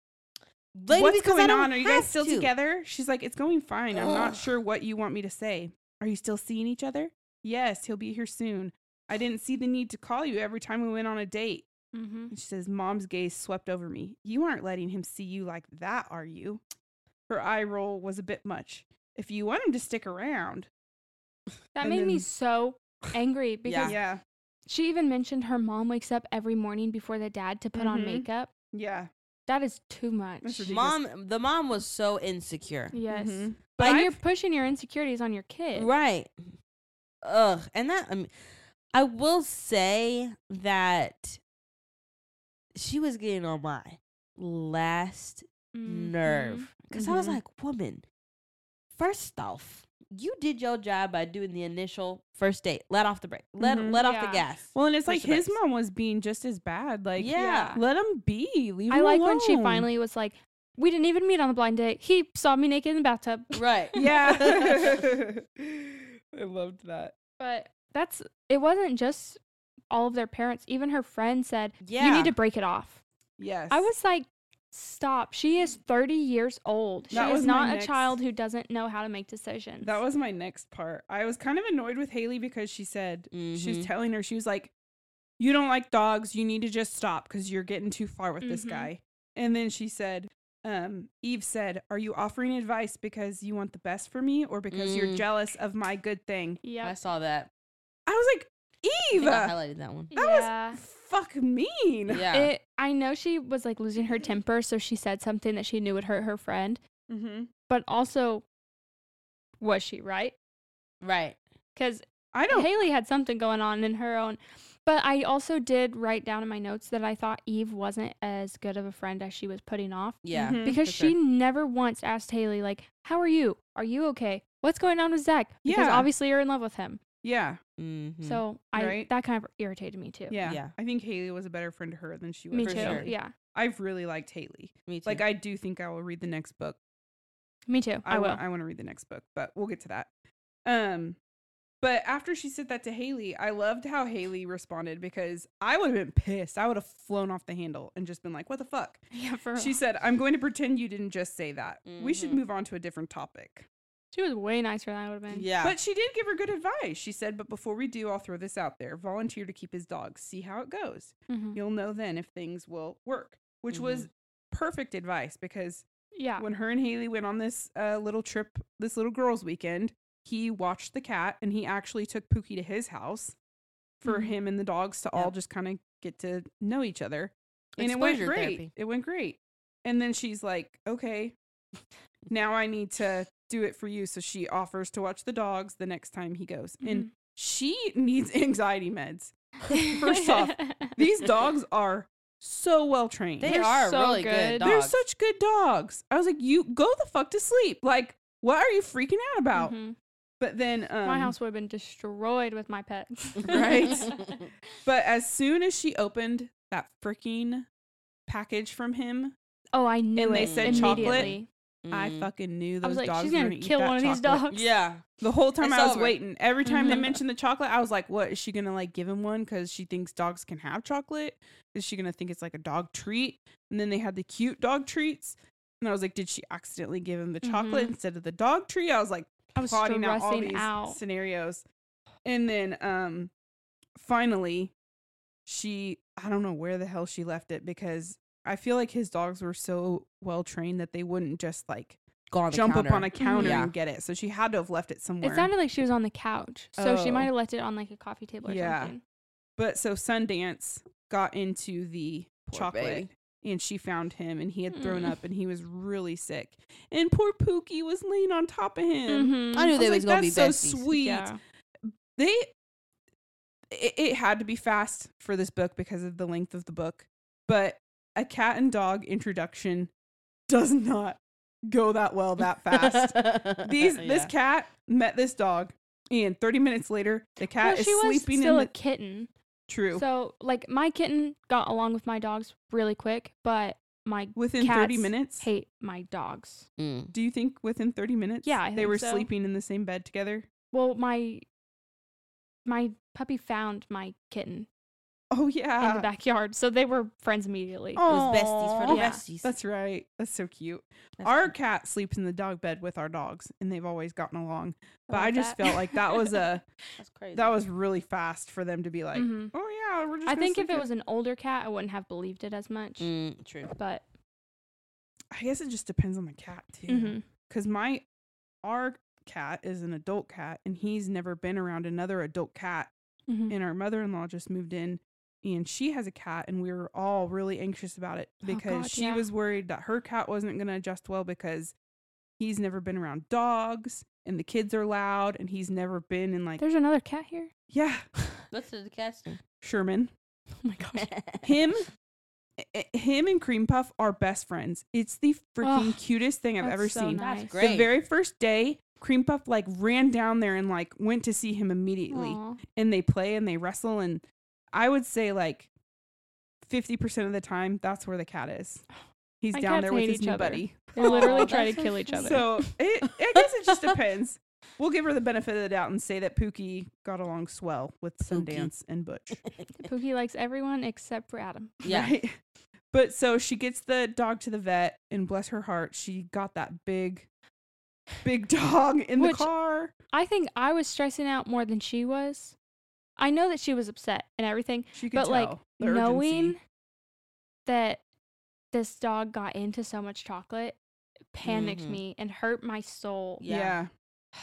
S2: Lady,
S3: What's
S2: because I
S3: going
S2: don't
S3: on? Are you guys
S2: have
S3: still
S2: to.
S3: together? She's like, it's going fine. I'm
S2: Ugh.
S3: not sure what you want me to say. Are you still seeing each other? Yes, he'll be here soon. I didn't see the need to call you every time we went on a date.
S4: Mm-hmm.
S3: And she says, Mom's gaze swept over me. You aren't letting him see you like that, are you? Her eye roll was a bit much. If you want him to stick around.
S4: That
S3: And
S4: made me
S3: then-
S4: so angry because
S3: Yeah.
S4: she even mentioned her mom wakes up every morning before the dad to put on
S3: Mhm.
S4: makeup.
S3: Yeah.
S4: That is too much.
S3: That's ridiculous.
S2: Mom, the mom was so insecure.
S4: Yes.
S3: Mhm.
S4: But
S3: But
S4: and
S3: I've-
S4: you're pushing your insecurities on your kid.
S2: Right. Ugh. And that, I mean, I will say that she was getting on my last
S4: Mm-hmm,
S2: nerve. Because I was
S3: Mhm.
S2: like, woman, first off, you did your job by doing the initial first date. Let off the brake. Let,
S3: Mhm.
S2: let off
S4: Mm-hmm, Yeah.
S2: the gas.
S3: Well, and it's
S2: Push
S3: like
S2: the
S3: his
S2: buttons.
S3: mom was being just as bad. Like,
S2: Yeah.
S3: let him be. Leave
S4: I
S3: him
S4: like when she
S3: alone.
S4: finally was like, "We didn't even meet on the blind date. He saw me naked in the bathtub."
S2: Right.
S3: Yeah. I loved that.
S4: But that's it. Wasn't just all of their parents. Even her friend said,
S2: yeah.
S4: "You need to break it off."
S3: Yes.
S4: I was like, "Stop." She is 30 years old. She
S3: That
S4: is
S3: was my
S4: not a
S3: next-
S4: child who doesn't know how to make decisions.
S3: That was my next part. I was kind of annoyed with Haley because she said she was
S4: Mm-hmm.
S2: Mhm.
S3: telling her she was like, "You don't like dogs. You need to just stop because you're getting too far with this
S4: Mhm.
S3: guy." And then she said, um, "Eve said, are you offering advice because you want the best for me or because you're
S2: Mm.
S3: jealous of my good thing?"
S2: I
S4: Yep.
S2: saw that.
S3: I was like,
S2: I
S3: "Eve,
S2: think I highlighted that one.
S3: that was-
S4: yeah.
S3: fuck mean."
S2: Yeah.
S4: It, I know she was like losing her temper, so she said something that she knew would hurt her friend.
S3: Mm-hmm.
S4: But also, was she right?
S2: right.
S4: Because
S3: I don't.
S4: Haley had something going on in her own. But I also did write down in my notes that I thought Eve wasn't as good of a friend as she was putting off
S2: Yeah.
S3: Mhm.
S4: because
S2: for sure.
S4: she never once asked Haley like, "How are you? Are you okay? What's going on with Zach?" Because
S3: Yeah.
S4: obviously you're in love with him.
S3: Yeah,
S2: Mhm.
S4: So I
S3: Right.
S4: that kind of irritated me too.
S3: yeah,
S2: Yeah.
S3: I think Haley was a better friend to her than she was.
S4: me
S3: to
S4: too.
S2: For sure.
S3: Haley.
S4: Yeah,
S3: I've really liked Haley.
S2: me too.
S3: Like I do think I will read the next book.
S4: me too. I,
S3: I,
S4: will.
S3: want I want to read the next book, but we'll get to that. Um but after she said that to Haley, I loved how Haley responded because I would have been pissed. I would have flown off the handle and just been like, "What the fuck?"
S4: yeah, for
S3: She
S4: real.
S3: said, "I'm going to pretend you didn't just say that. We should
S2: Mhm.
S3: move on to a different topic."
S4: she was way nicer than I would have been.
S2: yeah.
S3: But she did give her good advice. She said, "But before we do, I'll throw this out there. Volunteer to keep his dog. See how it goes.
S4: Mhm.
S3: You'll know then if things will work." Which was perfect advice because
S4: yeah.
S3: when her and Haley went on this uh, little trip, this little girls' weekend, he watched the cat and he actually took Pookie to his house for
S4: Mhm.
S3: him and the dogs to all
S2: Mm-hmm. Yep.
S3: just kind of get to know each other. And it went
S2: Exposure
S3: great.
S2: therapy.
S3: It went great. And then she's like, okay, now I need to do it for you. So she offers to watch the dogs the next time he goes. And
S2: Mm-hmm.
S3: she needs anxiety meds.
S4: Mhm.
S3: first off, These dogs are so well trained.
S2: They
S4: They're
S2: are
S4: so
S2: really good.
S4: good.
S2: dogs.
S3: They're such good dogs. I was like, you go the fuck to sleep. Like, what are you freaking out about?
S4: Mhm.
S3: But then, um,
S4: my house would have been destroyed with my pets.
S3: Right? But as soon as she opened that freaking package from him,
S4: oh, I knew
S3: And
S4: it.
S3: they
S2: said chocolate?
S4: immediately.
S3: I
S2: Mm.
S3: fucking knew those
S4: I was like,
S3: dogs
S4: she's
S3: were
S4: gonna,
S3: eat
S4: kill
S3: that
S4: one of these
S3: chocolate.
S4: dogs.
S2: Yeah.
S3: The whole time
S2: It's
S3: I was
S2: over.
S3: waiting. Every time they
S4: Mhm.
S3: mentioned the chocolate, I was like, what is she gonna like give him one because she thinks dogs can have chocolate? Is she gonna think it's like a dog treat? And then they had the cute dog treats. And I was like, did she accidentally give him the chocolate
S4: Mhm.
S3: instead of the dog treat? I was like,
S4: I was
S3: plotting out all
S4: stressing
S3: these
S4: out.
S3: scenarios. And then um finally she I don't know where the hell she left it because I feel like his dogs were so well trained that they wouldldn't just like
S2: Go on the
S3: jump up on
S2: counter.
S3: a counter
S2: Yeah.
S3: and get it. So she had to have left it somewhere.
S4: It sounded like she was on the couch, so she
S3: Oh.
S4: might have left it on like a coffee table or
S3: Yeah.
S4: something.
S3: but so Sundance got into the
S2: Poor
S3: chocolate
S2: baby.
S3: and she found him and he had thrown
S4: Mm.
S3: up and he was really sick. And poor Pookie was laying on top of him.
S4: Mhm.
S2: I knew they
S3: I
S2: was
S3: was
S2: gonna
S3: like,
S2: be
S3: that's so
S2: besties.
S3: sweet.
S4: Yeah.
S3: They it, it had to be fast for this book because of the length of the book, but a cat and dog introduction does not go that well that fast. These this
S2: Yeah.
S3: cat met this dog, and 30 minutes later, the cat
S4: Well,
S3: is
S4: she was
S3: sleeping
S4: still
S3: in
S4: a
S3: the
S4: kitten.
S3: true
S4: So, like, my kitten got along with my dogs really quick, but my
S3: within 30
S4: cats
S3: minutes.
S4: hate my dogs.
S2: Mm.
S3: Do you think within 30 minutes?
S4: Yeah, I
S3: they
S4: think
S3: were
S4: so.
S3: sleeping in the same bed together.
S4: Well, my my puppy found my kitten
S3: Oh
S4: in
S3: yeah,
S4: the backyard, so they were friends immediately.
S3: Oh,
S2: It was besties for the
S3: Aw.
S4: Yeah.
S2: besties.
S3: That's right. That's so cute.
S2: That's
S3: Our
S2: cute.
S3: cat sleeps in the dog bed with our dogs, and they've always gotten along.
S4: I
S3: But I
S4: like
S3: just
S4: that.
S3: felt like that was a
S2: That's crazy.
S3: that was really fast for them to be like,
S4: Mhm.
S3: oh yeah, we're just.
S4: I
S3: gonna
S4: think if
S3: sleep
S4: it
S3: here."
S4: was an older cat, I wouldn't have believed it as much.
S2: Mm, true.
S4: But
S3: I guess it just depends on the cat too.
S4: mhm.
S3: Because my our cat is an adult cat, and he's never been around another adult cat.
S4: Mhm.
S3: and our mother-in-law just moved in and she has a cat and we were all really anxious about it
S4: Oh,
S3: because
S4: God,
S3: she
S4: yeah.
S3: was worried that her cat wasn't going to adjust well because he's never been around dogs and the kids are loud and he's never been in like
S4: there's another cat here.
S3: yeah
S2: What's the cat's name?
S3: sherman
S4: Oh my
S2: Mm.
S4: gosh.
S3: him i- i- him and cream puff are best friends it's the freaking
S4: Ugh,
S3: cutest thing i've
S4: that's
S3: ever
S4: so
S3: seen
S4: nice.
S2: That's great.
S3: the very first day cream puff like ran down there and like went to see him immediately
S4: Aw.
S3: and they play and they wrestle and i would say like 50% of the time that's where the cat is he's
S4: My
S3: down
S4: cats
S3: there with
S4: hate
S3: his
S4: each
S3: new
S4: other.
S3: buddy
S4: They literally
S2: Aw,
S4: try to
S2: that's so
S4: kill each other.
S3: so it, i guess it just depends we'll give her the benefit of the doubt and say that pookie got along swell with
S2: Pookie.
S3: sundance and butch
S4: Pookie likes everyone except for Adam.
S2: yeah.
S3: right? but so she gets the dog to the vet and bless her heart she got that big big dog in the
S4: Which-
S3: car
S4: I think I was stressing out more than she was. I know that she was upset and everything,
S3: she could
S4: but like
S3: tell the urgency.
S4: knowing that this dog got into so much chocolate panicked
S2: Mhm.
S4: me and hurt my soul.
S2: Yeah.
S3: yeah,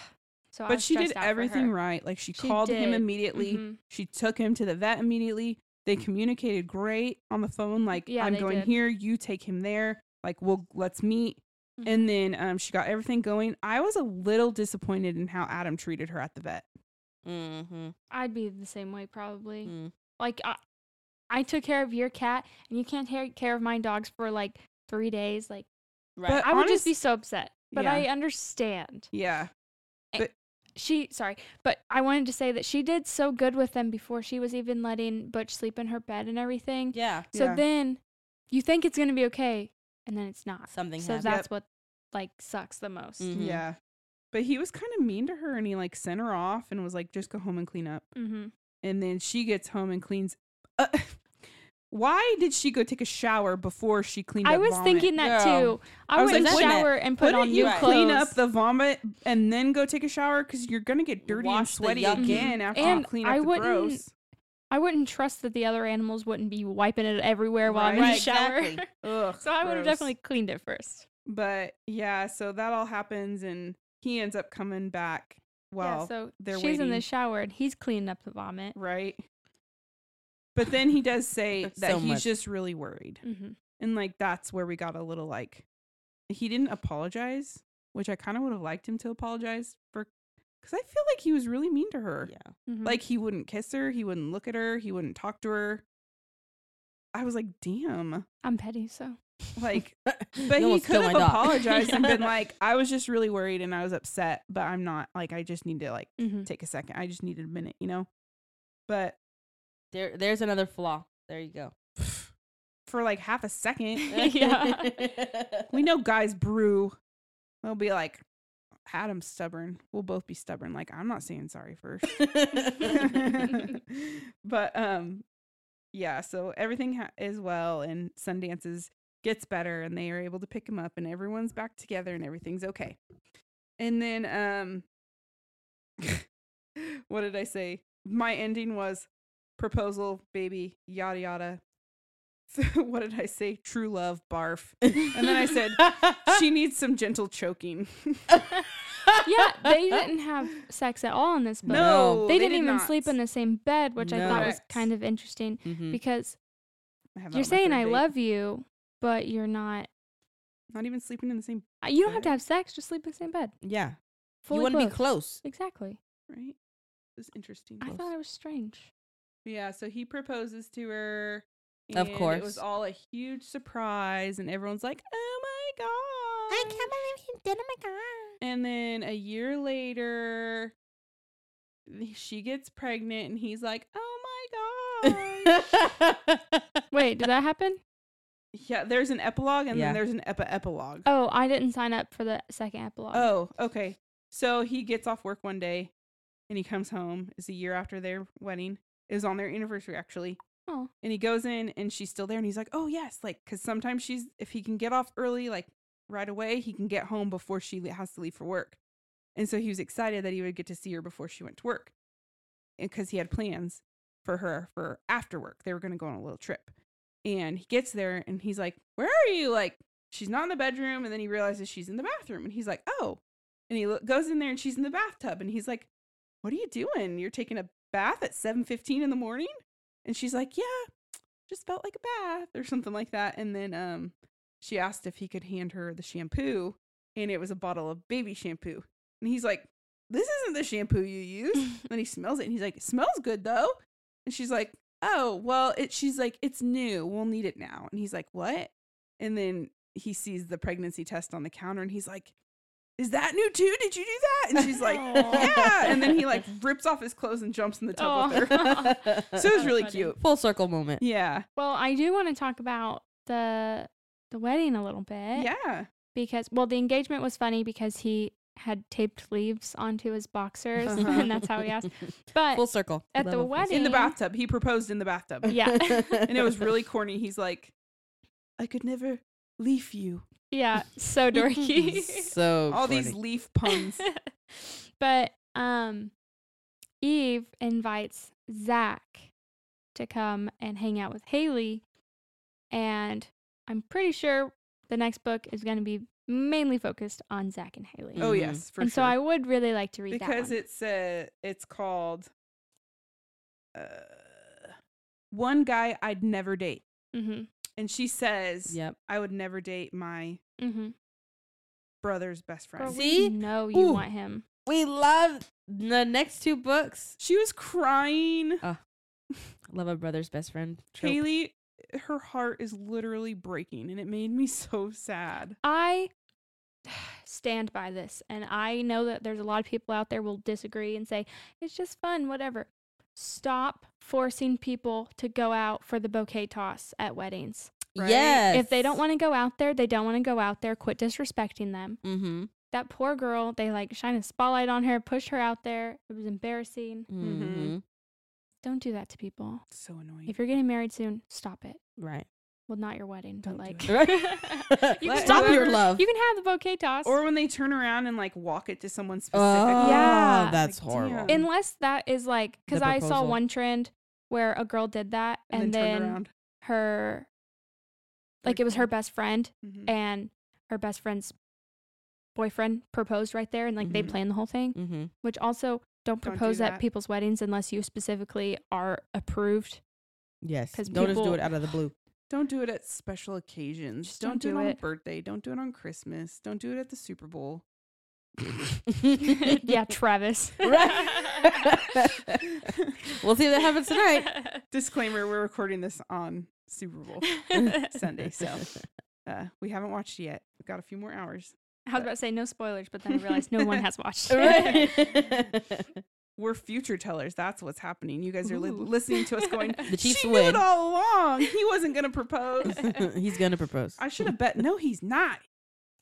S4: So I
S3: but
S4: was
S3: she did
S4: stressed out for
S3: everything
S4: her.
S3: right like she,
S4: She
S3: called him
S4: did.
S3: immediately
S4: Mhm.
S3: She took him to the vet immediately. They communicated great on the phone, like
S4: Mm-hmm. Yeah,
S3: I'm
S4: they
S3: going
S4: did.
S3: here, you take him there. Like we'll let's meet.
S4: Mhm.
S3: And then um, she got everything going. I was a little disappointed in how Adam treated her at the vet.
S2: Mm-hmm.
S4: I'd be the same way probably.
S2: Mm.
S4: Like I, I took care of your cat and you can't take care of my dogs for like three days. Like
S2: Right.
S3: But
S4: I would just be
S3: honest-
S4: so upset. But
S3: Yeah.
S4: I understand.
S3: Yeah,
S4: she sorry but i wanted to say that she did so good with them before she was even letting butch sleep in her bed and everything
S2: yeah.
S4: so
S3: Yeah.
S4: then you think it's going to be okay and then it's not
S2: Something
S4: so
S2: happened.
S4: that's what like sucks the most
S2: Mm. Mhm.
S3: yeah. But he was kind of mean to her, and he like sent her off and was like, "Just go home and clean up."
S4: mm-hmm.
S3: And then she gets home and cleans. Uh, why did she go take a shower before she cleaned?
S4: i
S3: up
S4: was
S3: vomit?
S4: thinking that
S2: Girl.
S4: too i,
S3: I was
S4: wouldn't
S2: like, wouldn't it-
S4: shower and put
S3: Couldn't
S4: on
S3: you
S4: new
S2: Right.
S4: clothes
S3: clean up the vomit and then go take a shower because you're gonna get dirty and
S2: Wash the
S3: sweaty
S2: yucky.
S3: again after
S4: Mm-hmm. And
S3: you clean up
S4: I
S3: the
S4: wouldn't-
S3: gross.
S4: i wouldn't trust that the other animals wouldn't be wiping it everywhere while i'm in
S3: Right.
S4: the shower
S2: Exactly.
S3: Ugh,
S4: so i would have
S3: gross.
S4: definitely cleaned it first
S3: But yeah, so that all happens and he ends up coming back. Well,
S4: yeah so
S3: they're
S4: she's in
S3: waiting.
S4: the shower and he's cleaning up the vomit
S3: right. But then he does say that
S2: So
S3: he's
S2: much.
S3: just really worried,
S4: mm-hmm.
S3: and like that's where we got a little like he didn't apologize, which I kind of would have liked him to apologize for, because I feel like he was really mean to her.
S2: Yeah.
S4: Mm-hmm.
S3: Like he wouldn't kiss her, he wouldn't look at her, he wouldn't talk to her. I was like, damn.
S4: i'm petty so
S3: Like
S2: You
S3: but he
S2: almost
S3: could
S2: killed
S3: have
S2: my dog.
S3: apologized and been like, I was just really worried and I was upset, but I'm not like I just need to like
S4: mm-hmm.
S3: take a second. I just needed a minute, you know? But
S2: there, there's another flaw. There you go.
S3: for like half a second,
S4: Yeah.
S3: we know guys brew. They'll be like, Adam's stubborn. We'll both be stubborn. Like, I'm not saying sorry first. but um yeah so everything ha- is well and sundances gets better and they are able to pick him up and everyone's back together and everything's okay and then um what did i say my ending was proposal baby yada yada so what did i say true love barf and then i said she needs some gentle choking
S4: yeah, they didn't have sex at all in this book.
S3: no
S4: they, didn't
S3: did
S4: even
S3: not.
S4: sleep in the same bed, which I thought was
S3: Correct.
S4: kind of interesting
S2: Mhm.
S4: because
S3: I have that
S4: You're
S3: on my
S4: saying
S3: third
S4: I
S3: date.
S4: love you, but you're not.
S3: Not even sleeping in the same.
S4: uh, You don't have to
S3: Right.
S4: have sex. Just sleep in the same bed.
S2: Yeah.
S4: Fully
S2: you want to be
S4: clothed.
S2: close.
S4: Exactly.
S3: Right. It's interesting.
S4: I thought it was strange.
S3: Yeah, so he proposes to her.
S2: Of
S3: and It
S2: course.
S3: was all a huge surprise, and everyone's like, oh my God.
S2: believe you did. Oh my god.
S3: And then a year later, th- she gets pregnant, and he's like, oh my God.
S4: Wait, did that happen?
S3: yeah, there's an epilogue, and
S2: Yeah.
S3: then there's an epi epilogue.
S4: Oh, I didn't sign up for the second epilogue.
S3: Oh, okay. So he gets off work one day and he comes home. It's a year after their wedding. It was on their anniversary, actually.
S4: Oh.
S3: And he goes in and she's still there. And he's like, oh, yes. Like, because sometimes she's, if he can get off early, like right away, he can get home before she le- has to leave for work. And so he was excited that he would get to see her before she went to work because he had plans for her for after work. They were going to go on a little trip. And he gets there and he's like, Where are you? Like, she's not in the bedroom. And then he realizes she's in the bathroom. And he's like, Oh. And he lo- goes in there and she's in the bathtub. And he's like, What are you doing? You're taking a bath at 7.15 in the morning? And she's like, Yeah, just felt like a bath or something like that. And then um, she asked if he could hand her the shampoo. And it was a bottle of baby shampoo. And he's like, This isn't the shampoo you use. and then he smells it and he's like, It smells good though. And she's like, Oh, well, it she's like, It's new. We'll need it now. And he's like, What? And then he sees the pregnancy test on the counter and he's like, Is that new too? Did you do that? And she's like, Yeah. And then he like rips off his clothes and jumps in the tub with her. So it was really
S4: Oh. funny.
S3: cute.
S2: Full circle moment.
S3: Yeah.
S4: Well, I do want to talk about the the wedding a little bit.
S3: Yeah.
S4: Because well, the engagement was funny because he had taped leaves onto his boxers,
S3: Uh-huh.
S4: and that's how he asked. But
S2: Full circle.
S4: at
S2: Love
S4: the
S2: a full
S4: wedding,
S3: In the bathtub. He proposed in the bathtub.
S4: eh. Yeah.
S3: And it was really corny. He's like, I could never leaf you.
S4: yeah, so dorky.
S2: so
S3: All these
S2: funny.
S3: leaf puns. Oh,
S4: but um, Eve invites Zach to come and hang out with Haley, and I'm pretty sure the next book is going to be mainly focused on Zach and Haley.
S3: Oh
S2: Mhm.
S3: yes, for
S4: and
S3: sure.
S4: so I would really like to read that.
S3: because
S4: one.
S3: it's uh it's called uh, one guy I'd never date,
S4: Mm-hmm.
S3: and she says
S2: Yep.
S3: I would never date my
S4: Mm-hmm.
S3: brother's best friend.
S2: we- See?
S4: No, you
S2: Ooh.
S4: want him.
S2: We love the next two books.
S3: she was crying.
S2: Love a brother's best friend. trope.
S3: Haley, her heart is literally breaking, and it made me so sad.
S4: I stand by this, and I know that there's a lot of people out there will disagree and say it's just fun, whatever. Stop forcing people to go out for the bouquet toss at weddings.
S3: Right?
S2: Yes.
S4: If they don't want to go out there, they don't want to go out there. Quit disrespecting them.
S2: Mm-hmm.
S4: That poor girl, they like shine a spotlight on her, pushed her out there. It was embarrassing.
S2: Mm-hmm.
S3: Mhm.
S4: Don't do that to people.
S3: So annoying.
S4: If you're getting married soon, stop it.
S2: Right.
S4: Well, not your wedding,
S3: Don't
S4: but
S3: do
S4: like
S2: Right.
S4: You can
S2: Stop
S4: whoever-
S2: your love.
S4: You can have the bouquet toss.
S3: or when they turn around and like walk it to someone specific.
S2: oh,
S4: Yeah.
S2: that's
S3: Like,
S2: horrible.
S3: damn.
S4: Unless that is like,
S2: The
S4: because I saw
S2: proposal.
S4: one trend where a girl did that and, then,
S3: turn around.
S4: her, like it was her best friend
S3: Mhm.
S4: and her best friend's boyfriend proposed right there and like they
S2: Mhm.
S4: planned the whole thing,
S2: Mm-hmm.
S4: which also
S3: Don't
S4: don't
S3: do
S4: propose at
S3: that.
S4: people's weddings unless you specifically are approved.
S2: Yes.
S4: 'Cause
S2: Don't just do
S4: people-
S2: it out of the blue.
S3: Don't do it at special occasions.
S4: Just
S3: don't,
S4: don't
S3: do it
S4: do
S3: on a
S4: it.
S3: birthday. Don't do it on Christmas. Don't do it at the Super Bowl.
S4: yeah, Travis.
S2: Right. we'll see if that happens tonight.
S3: Disclaimer: We're recording this on Super Bowl Sunday, so uh, we haven't watched yet. We've got a few more hours.
S4: I was about to say no spoilers, but then I realized no one has watched.
S2: Right.
S4: it.
S3: We're future tellers. That's what's happening. You guys are li-
S4: Ooh.
S3: listening to us going.
S2: the Chiefs
S3: she knew
S2: win.
S3: it all along. He wasn't going to propose.
S2: He's gonna propose.
S3: I should have bet. No, he's not.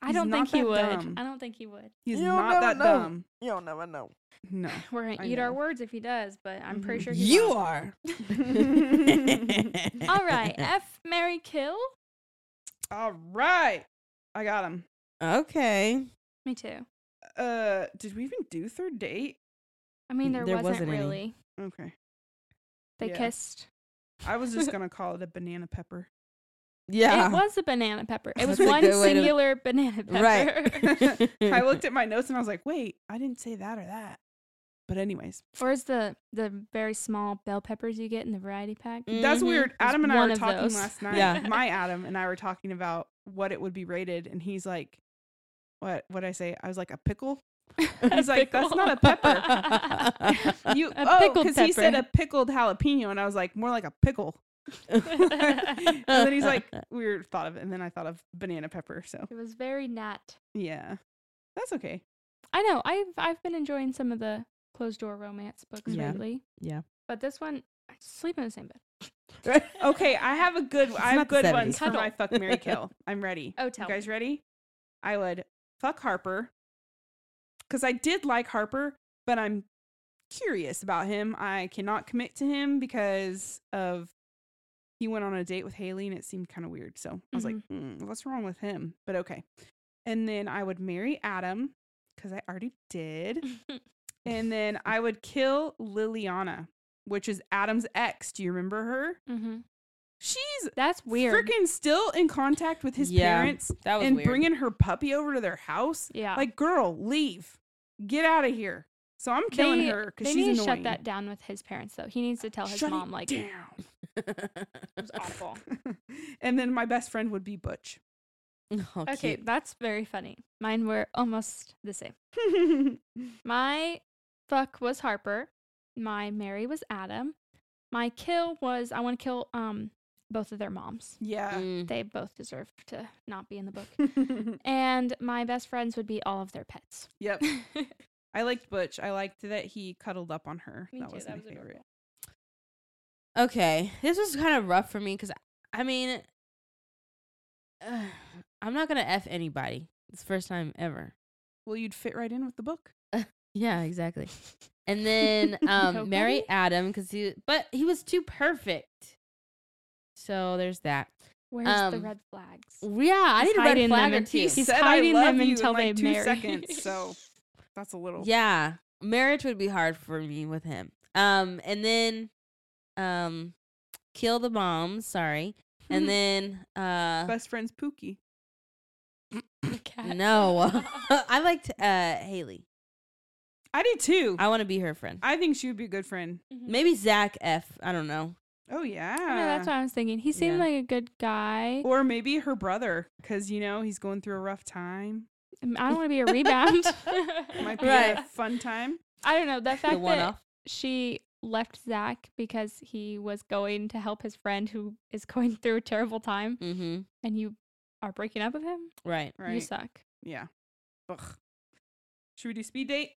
S4: I
S3: He's
S4: don't
S3: not
S4: think he
S3: that
S4: would.
S3: dumb.
S4: I don't think he would.
S3: He's
S2: You'll
S3: not
S2: never
S3: that
S2: know.
S3: dumb.
S2: You'll never know.
S3: No.
S4: We're gonna
S3: I
S4: eat our
S3: know.
S4: words if he does, but I'm pretty
S3: Mhm.
S4: sure he
S2: Mm-hmm. You
S4: won't.
S2: are.
S4: All right, F Mary Kill.
S3: All right, I got him.
S2: Okay.
S4: Me too.
S3: Uh, did we even do third date?
S4: I mean, there,
S2: There
S4: wasn't,
S2: wasn't any.
S4: really.
S3: Okay.
S4: They
S3: Yeah.
S4: kissed.
S3: I was just gonna call it a banana pepper.
S4: It
S2: Yeah.
S4: was a banana pepper. It was
S2: That's a
S4: one
S2: good way to-
S4: singular banana pepper.
S2: Right.
S3: I looked at my notes and I was like, wait, I didn't say that or that. But anyways,
S4: Or is the the very small bell peppers you get in the variety pack?
S3: that's
S2: Mhm.
S3: weird. Adam and I
S4: Mm-hmm. one
S3: were
S4: of
S3: talking
S4: those.
S3: last night.
S5: Yeah.
S3: My Adam and I were talking about what it would be rated, and he's like, "What? What I say?" I was like, "A pickle." He's like, "That's not a pepper." You
S4: A
S3: oh,
S4: pickled
S3: because he said a
S4: pepper.
S3: pickled jalapeno, and I was like, "More like a pickle." and then he's like, "Weird thought of," it. and then I thought of banana pepper. So
S4: It was very nat.
S3: yeah, that's okay.
S4: I know. I've I've been enjoying some of the closed door romance books
S3: Yeah.
S4: lately.
S5: Yeah.
S4: But this one, I sleep in the same bed.
S3: Okay, I have a good. I have
S5: not the
S3: good
S5: 70s.
S3: ones for my fuck Mary kill. I'm ready.
S4: Oh, tell
S3: you guys ready? I would fuck Harper because I did like Harper, but I'm curious about him. I cannot commit to him because of he went on a date with Haley and it seemed kind of weird. So I was like,
S4: Mm-hmm.
S3: hmm, what's wrong with him? But okay. And then I would marry Adam because I already did. and then I would kill Liliana, which is Adam's ex. Do you remember her?
S4: Mm-hmm.
S3: She's
S4: That's weird.
S3: freaking still in contact with his
S5: Yeah,
S3: parents
S2: that was
S3: and
S2: weird.
S3: bringing her puppy over to their house.
S4: yeah.
S3: Like, girl, leave, get out of here. So I'm killing
S4: They-
S3: her because
S4: they
S3: she's
S4: need to
S3: annoying.
S4: shut that down with his parents though. He needs to tell his
S3: Shut it
S4: mom like
S3: down.
S4: was awful.
S3: and then my best friend would be Butch.
S5: Oh,
S4: okay,
S5: cute.
S4: that's very funny. Mine were almost the same. My fuck was Harper. My Mary was Adam. My kill was I want to kill um both of their moms.
S3: yeah.
S2: Mm.
S4: They both deserve to not be in the book. Mm. And my best friends would be all of their pets.
S3: yep.
S4: Me
S3: I liked Butch. I liked that he cuddled up on her. that
S4: too,
S3: was my favorite.
S4: adorable.
S2: Okay, this was kind of rough for me because I mean, I'm not gonna f anybody. It's the first time ever.
S3: Well, you'd fit right in with the book.
S2: Yeah, exactly. And then um, marry
S4: Nobody?
S2: Adam because he, but he was too perfect. So there's that.
S4: Where's the
S2: Um,
S4: red flags?
S2: Yeah, I
S4: He's
S2: need a red
S4: hiding
S2: flag
S4: them
S2: or
S4: in
S2: two.
S4: peace. He's
S3: Said I
S4: hiding
S3: love
S4: them
S3: you in,
S4: until
S3: like,
S4: they
S3: two
S4: marry.
S3: seconds. So that's a little.
S2: Yeah, marriage would be hard for me with him. Um, and then, um, kill the moms. Sorry, and then uh,
S3: Best friend's Pookie.
S4: Cat.
S2: no, I liked uh Haley.
S3: I did too. I,
S2: I want to be her friend.
S3: think she would be a good friend.
S2: Maybe Zach F. I don't know.
S3: Oh yeah.
S4: I know, that's what I was thinking. He seemed
S2: Yeah.
S4: like a good guy.
S3: Or maybe her brother, because you know he's going through a rough time.
S4: Um, I don't want to be a rebound.
S3: Might be a
S2: Right.
S3: fun time.
S4: I don't know. The fact
S2: The one
S4: that
S2: off.
S4: she left Zach because he was going to help his friend who is going through a terrible time,
S2: Mm-hmm.
S4: and you are breaking up with him.
S2: Right.
S3: Right.
S4: You suck.
S3: Yeah. Ugh. Should we do speed date?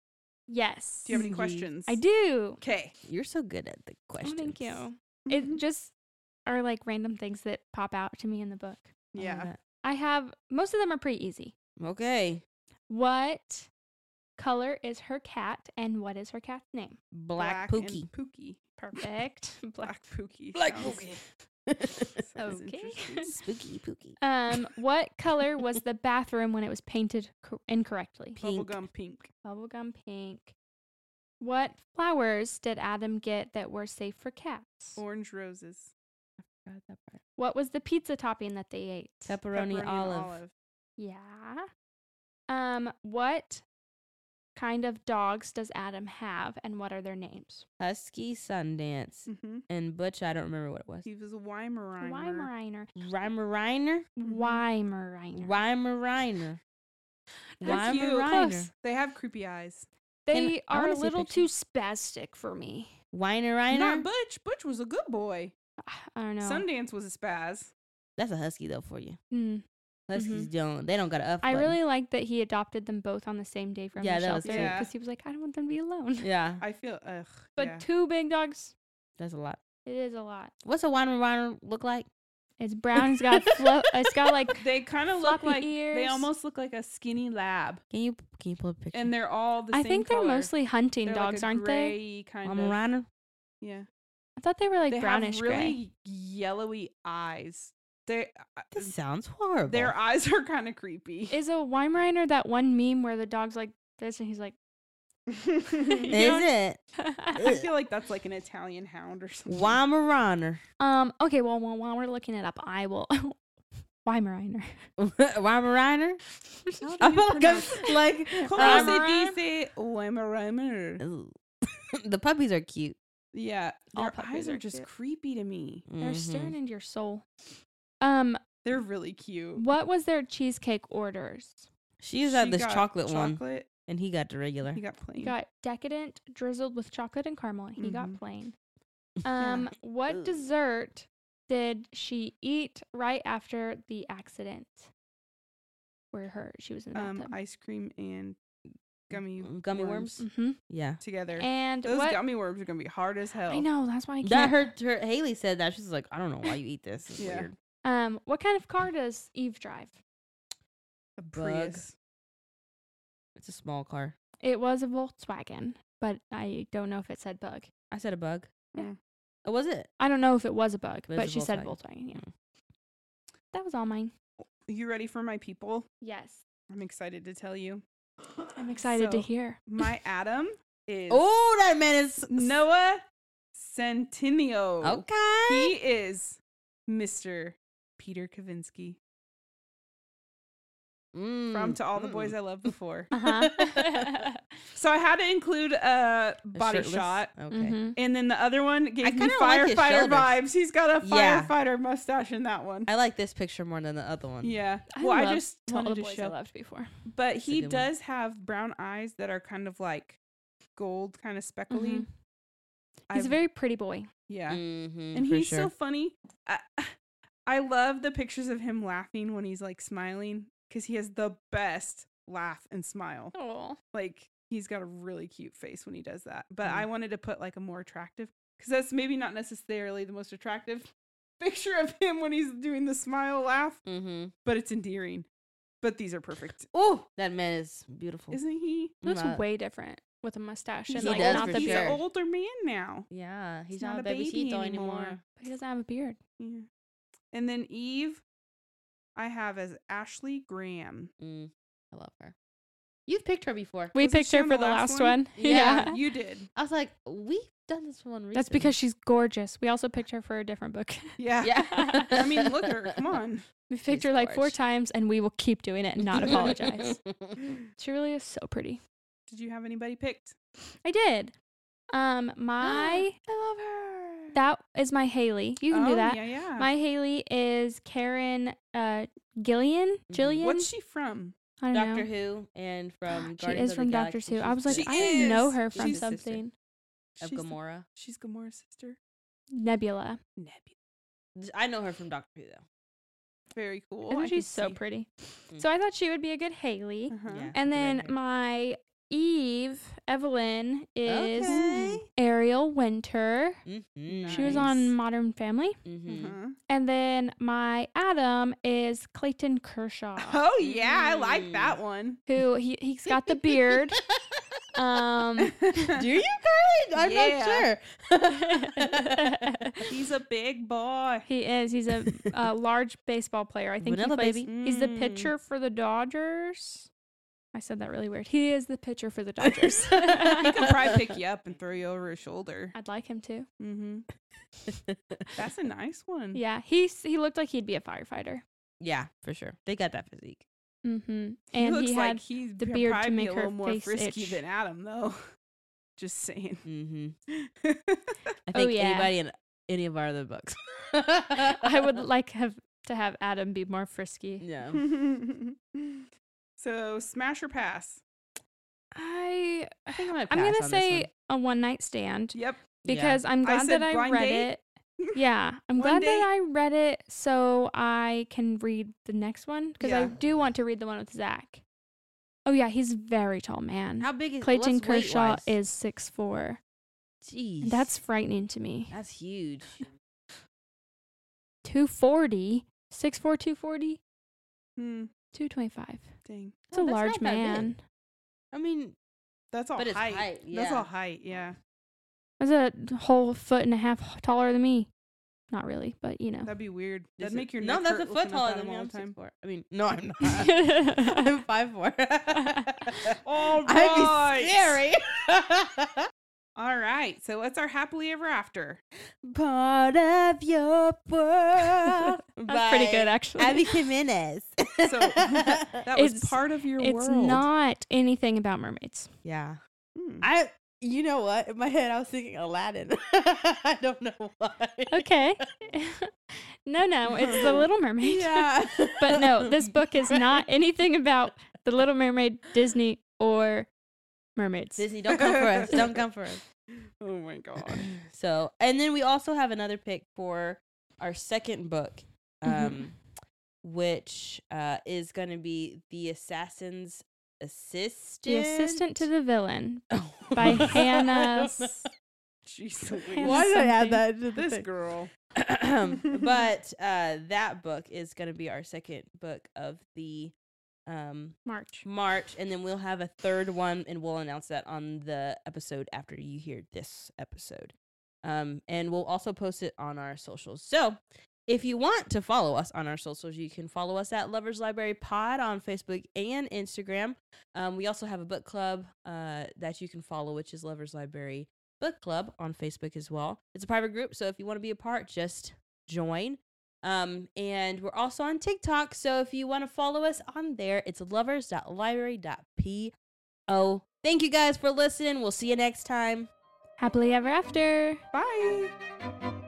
S4: Yes,
S3: Do you have any
S2: Speed.
S3: questions?
S4: I do.
S3: Okay. Mm-hmm.
S2: You're so good at the
S4: Oh,
S2: questions.
S4: thank you. It just are like random things that pop out to me in the book.
S2: I love
S3: yeah.
S2: that.
S4: I have most of them are pretty easy.
S2: Okay.
S4: What color is her cat, and what is her cat's name?
S2: Black,
S3: and
S2: Pookie.
S3: Pookie.
S4: Perfect.
S3: Black Pookie. sounds-
S2: Pookie.
S3: sounds
S4: Okay.
S3: interesting.
S2: Spooky Pookie.
S4: Um, what color was the bathroom when it was painted cor- incorrectly?
S2: Pink.
S3: Bubblegum pink.
S4: Bubblegum pink. What flowers did Adam get that were safe for cats?
S3: Orange roses.
S2: Forgot that part.
S4: what was the pizza topping that they ate?
S2: Pepperoni,
S3: pepperoni and
S2: olive.
S4: Yeah. Um, what kind of dogs does Adam have and what are their names?
S2: Husky Sundance.
S3: Mhm.
S2: And Butch, I don't remember what it was.
S3: He was a Weimaraner.
S4: Weimaraner.
S2: Reimer
S3: Mhm.
S4: Mm-hmm. Weimaraner.
S2: Reimer.
S3: That's cute.
S2: Reimer.
S3: They have creepy eyes.
S4: They
S2: I
S4: are
S2: wanna
S4: a
S2: see a
S4: little
S2: picture.
S4: too spastic for me.
S2: Weiner
S3: Not
S2: Reiner.
S3: Butch. Butch was a good boy.
S4: I don't know.
S3: Sundance was a spaz.
S2: That's a husky though for you.
S4: Hmm.
S3: Mm-hmm.
S2: Huskies don't they don't got a up.
S4: I
S2: button.
S4: really like that he adopted them both on the same day from
S2: Yeah,
S4: the
S2: that was
S4: shelter
S3: cute. Yeah.
S4: because he was like, I don't want them to be alone.
S2: Yeah.
S3: I feel ugh.
S4: But
S3: yeah.
S4: two big dogs,
S2: That's a lot.
S4: it is a lot.
S2: What's a Weimar Reiner look like?
S4: It's brown. It's got flo- it's got like
S3: they kind of look
S4: floppy
S3: like they
S4: ears.
S3: almost look like a skinny lab,
S2: Can you can you pull a picture?
S3: and they're all the
S4: I
S3: same.
S4: think they're
S3: color.
S4: mostly hunting
S3: They're like
S4: dogs,
S3: a
S4: aren't they?
S3: gray Kind
S2: Weimar
S3: of.
S2: Reiner.
S3: Yeah,
S4: I thought they were like
S3: they
S4: brownish
S3: have
S4: gray.
S3: really yellowy eyes. They uh,
S2: This sounds horrible.
S3: their eyes are kind of creepy.
S4: Is a Weimaraner that one meme where the dog's like this and he's like,
S3: I
S4: you
S2: Is
S4: don't-
S2: it? Ugh.
S3: feel like that's like an Italian hound or something.
S2: Weimar Reiner.
S4: um, okay, well, while, while we're looking it up, I will. Weimaraner.
S2: Weimar Reiner.
S3: How do
S2: I
S3: you
S2: feel like I'm- like
S3: pronounce- Como
S2: um,
S3: se dice Weimaraner?
S2: ooh, the puppies are cute.
S3: Yeah,
S4: All
S3: their
S4: puppies
S3: eyes are,
S4: are
S3: just
S4: cute.
S3: creepy to me.
S4: They're
S2: Mhm.
S4: staring into your soul. Um,
S3: They're really cute.
S4: what was their cheesecake orders?
S2: She's had
S3: She
S2: this
S3: got
S2: chocolate, one,
S3: Chocolate.
S2: and he got the regular.
S3: He got plain.
S4: He got decadent drizzled with chocolate and caramel. and He got
S3: Mhm.
S4: plain. Um, what
S2: Mm-hmm. Ugh.
S4: dessert did she eat right after the accident? Where her she was in the
S3: um
S4: bathtub.
S3: ice cream and gummy
S2: Mm, gummy worms.
S4: hmm
S2: yeah,
S3: together.
S4: And
S3: Those
S4: what?
S3: gummy worms are gonna be hard as hell.
S4: I know that's why I
S2: that
S4: can't.
S2: hurt. Her Haley said that she's like, I don't know why you eat this. It's
S3: Yeah.
S2: weird.
S4: Um, what kind of car does Eve drive?
S3: A
S2: Bug.
S3: Prius.
S2: It's a small car.
S4: It was a Volkswagen, but I don't know if it said bug.
S2: I said a bug.
S3: Mm.
S4: Yeah.
S2: Oh, was it?
S4: I don't know if it was a bug,
S2: But it's
S4: but
S2: a Hmm.
S4: she said
S2: Volkswagen.
S4: Volkswagen. Yeah. That was all mine.
S3: You ready for my people?
S4: Yes,
S3: I'm excited to tell you.
S4: I'm excited
S3: So,
S4: to hear.
S3: My Adam is
S2: Oh, that man is
S3: Noah Centineo.
S2: Okay.
S3: He is Mr. Peter Kavinsky from
S2: Mm,
S3: To All the Boys
S2: mm.
S3: I Loved Before.
S4: Uh-huh.
S3: so I had to include a
S2: A
S3: body
S2: shirtless-
S3: shot.
S2: Okay.
S4: Mhm.
S3: And then the other one gave me
S2: kinda like
S3: firefighter
S2: his shoulders.
S3: vibes. He's got a
S2: Yeah.
S3: firefighter mustache in that one.
S2: I like this picture more than the other one.
S3: yeah.
S4: I
S3: well, I
S4: loved
S3: just
S4: To All
S3: wanted
S4: the
S3: to
S4: boys I
S3: show.
S4: loved before.
S3: But
S2: That's a
S3: he
S2: good one.
S3: does have brown eyes that are kind of like gold, kind of speckly.
S4: Mhm. He's
S3: I've-
S4: a very pretty boy.
S3: yeah,
S2: Mm-hmm,
S3: and he's so funny. I, I love the pictures of him laughing when he's like smiling because he has the best laugh and smile.
S4: Oh,
S3: Like he's got a really cute face when he does that. But
S4: Mm-hmm.
S3: I wanted to put like a more attractive because that's maybe not necessarily the most attractive picture of him when he's doing the smile laugh,
S2: Mm-hmm.
S3: but it's endearing. But these are perfect,
S2: Oh, that man is beautiful. Mm, uh,
S3: isn't he?
S4: looks
S2: Not-
S4: way different with a mustache and
S2: He
S4: like
S2: does
S4: not
S2: for
S4: the
S3: he's
S4: beard.
S2: sure.
S3: an older man now.
S2: Yeah, he's
S3: He's
S2: not,
S3: not
S2: a
S3: a
S2: baby
S3: baby
S2: Tito anymore.
S3: anymore.
S4: But he doesn't have a beard.
S3: Yeah. And then Eve, I have as Ashley Graham.
S2: Mm, I love her. You've picked her before.
S4: We
S3: Wasn't
S4: picked
S3: she
S4: her
S3: on
S4: for
S3: the
S4: the
S3: last
S4: last,
S3: one?
S4: one.
S2: Yeah,
S4: Yeah.
S3: You did.
S2: I was like, we've done this one recently.
S4: That's because she's gorgeous. We also picked her for a different book.
S3: Yeah.
S2: yeah.
S3: I mean, look at her. Come on.
S4: We picked
S2: She's
S4: her like four
S2: gorge.
S4: times and we will keep doing it and not apologize. She really is so pretty.
S3: Did you have anybody picked?
S4: I did. Um my
S2: love her.
S4: that is my Haley. You can
S3: Oh,
S4: do that.
S3: Yeah, yeah.
S4: My Haley is Karen uh Gillian.
S2: Mhm.
S4: Jillian.
S3: What's she from?
S4: I don't
S2: Doctor
S4: know.
S2: Who and from
S4: Ah, she
S2: Guardians
S4: is
S2: of
S4: from
S2: the
S4: Doctor
S2: Galaxy.
S4: Who. I
S2: She's
S4: was like,
S2: the-
S3: She
S4: I didn't know
S3: is.
S4: her from
S2: She's the sister.
S4: something.
S2: of
S3: She's the-
S2: Gamora.
S3: she's Gamora's sister.
S4: Nebula.
S3: Nebula.
S2: I know her from Doctor Who though.
S3: Very
S2: Oh,
S3: cool.
S4: Isn't
S3: I
S4: she
S3: could
S4: so
S3: see-
S4: pretty?
S2: Mm.
S4: So I thought she would be a good Haley.
S3: Uh-huh.
S2: Yeah.
S4: And
S2: the red
S4: then
S2: hair.
S4: my Eve, Evelyn, is
S2: okay.
S4: Ariel Winter.
S2: Mhm.
S4: She was
S3: Nice.
S4: on Modern Family.
S2: Mhm.
S3: Uh-huh.
S4: And then my Adam is Clayton Kershaw,
S3: Oh yeah, I like
S2: Mm.
S3: that one.
S4: who he, he's got the beard. Um,
S2: Do you, Karen? I'm not sure.
S3: He's a big boy.
S4: he is. He's a, a large baseball player. I think
S2: Vanilla
S4: he plays,
S2: baby.
S4: He's the
S3: Mm.
S4: pitcher for the Dodgers. I said that really weird. He is the pitcher for the Dodgers.
S3: He could probably pick you up and throw you over his shoulder.
S4: I'd like him to.
S3: Mm-hmm. That's a nice one.
S2: Mm.
S4: Yeah, he's he looked like he'd be a firefighter.
S2: yeah, for sure. They got that physique.
S4: Mm-hmm.
S3: He
S4: And he,
S3: looks
S4: had
S3: like he's
S4: the
S3: pr-
S4: beard to
S3: probably
S4: make
S3: a
S4: her
S3: little more
S4: face
S3: frisky
S4: itch.
S3: than Adam, though. Just saying.
S2: Mm-hmm.
S3: I
S2: I
S4: Oh,
S2: think
S4: yeah.
S2: anybody in any of our other books.
S4: I would hmm, like have to have Adam be more frisky.
S2: Yeah.
S3: so smash or pass?
S4: I
S2: I think I'm gonna,
S4: I'm
S2: pass
S4: gonna
S2: on this
S4: say
S2: one.
S4: a one night stand
S3: Yep.
S2: Yeah.
S4: because I'm glad
S3: said
S4: that I
S3: blind
S4: read
S3: date.
S4: it. Yeah, I'm
S3: One
S4: glad
S3: date.
S4: that I read it so I can read the next one because I
S3: Yeah.
S4: do want to read the one with Zach. Oh yeah, he's a very tall man.
S2: how big is
S4: Clayton
S2: what's weight
S4: Kershaw
S2: wise?
S4: is six four.
S2: Jeez,
S4: That's frightening to me.
S2: that's huge.
S4: 240, 6'4", 240,
S3: Hmm.
S4: 225.
S3: Dang.
S4: It's
S2: Oh,
S4: a
S2: that's
S4: large
S2: not that big.
S4: man.
S2: I mean,
S3: That's all
S2: But it's
S3: height.
S2: Oh, height,
S3: That's
S2: yeah.
S3: all height. Yeah.
S4: That's a whole foot and a half taller than me. Not really, but you know.
S3: That'd be weird.
S2: this
S3: That'd
S2: is-
S3: make your
S2: no.
S3: neck
S2: That's a
S3: hurt
S2: foot
S3: looking up
S2: taller
S3: at
S2: than
S3: him
S2: me.
S3: all
S2: I'm
S3: the
S2: six
S3: time.
S2: four. I mean, no, I'm not. I'm
S4: I
S2: five four.
S3: All
S2: I'd
S3: right.
S2: be scary.
S3: All right. So what's our happily ever after?
S2: Part of your world.
S4: That's pretty good, actually.
S2: Abby Jimenez.
S3: So that was
S4: It's-
S3: part of your
S4: it's
S3: world.
S4: not anything about mermaids.
S2: yeah.
S3: Hmm.
S2: I You know what? In my head, I was thinking Aladdin. I don't know why.
S4: Okay. no, no, it's The Little Mermaid.
S2: Yeah.
S4: But no, this book is not anything about The Little Mermaid, Disney, or mermaids.
S2: Disney, don't come for us. Don't come for us.
S3: Oh my god.
S2: So, and then we also have another pick for our second book, um,
S4: Mhm.
S2: which uh, is going to be The Assassin's Assistant.
S4: The Assistant to the Villain
S2: Oh.
S4: by
S2: I don't
S4: Hannah.
S2: know.
S4: S-
S3: Jeez
S4: Hannah
S3: Louise.
S2: Why did I add
S4: something.
S2: that? into the
S3: This
S2: thing?
S3: girl.
S2: but uh, that book is going to be our second book of the um,
S4: March.
S2: March, and then we'll have a third one, and we'll announce that on the episode after you hear this episode. Um, and we'll also post it on our socials. So if you want to follow us on our socials, you can follow us at Lovers Library Pod on Facebook and Instagram. Um, we also have a book club uh, that you can follow, which is Lovers Library Book Club on Facebook as well. It's a private group, so if you want to be a part, just join. Um, and we're also on TikTok. So if you want to follow us on there, it's lovers.library.po. Thank you guys for listening. We'll see you next time.
S4: Happily Ever After.
S3: Bye.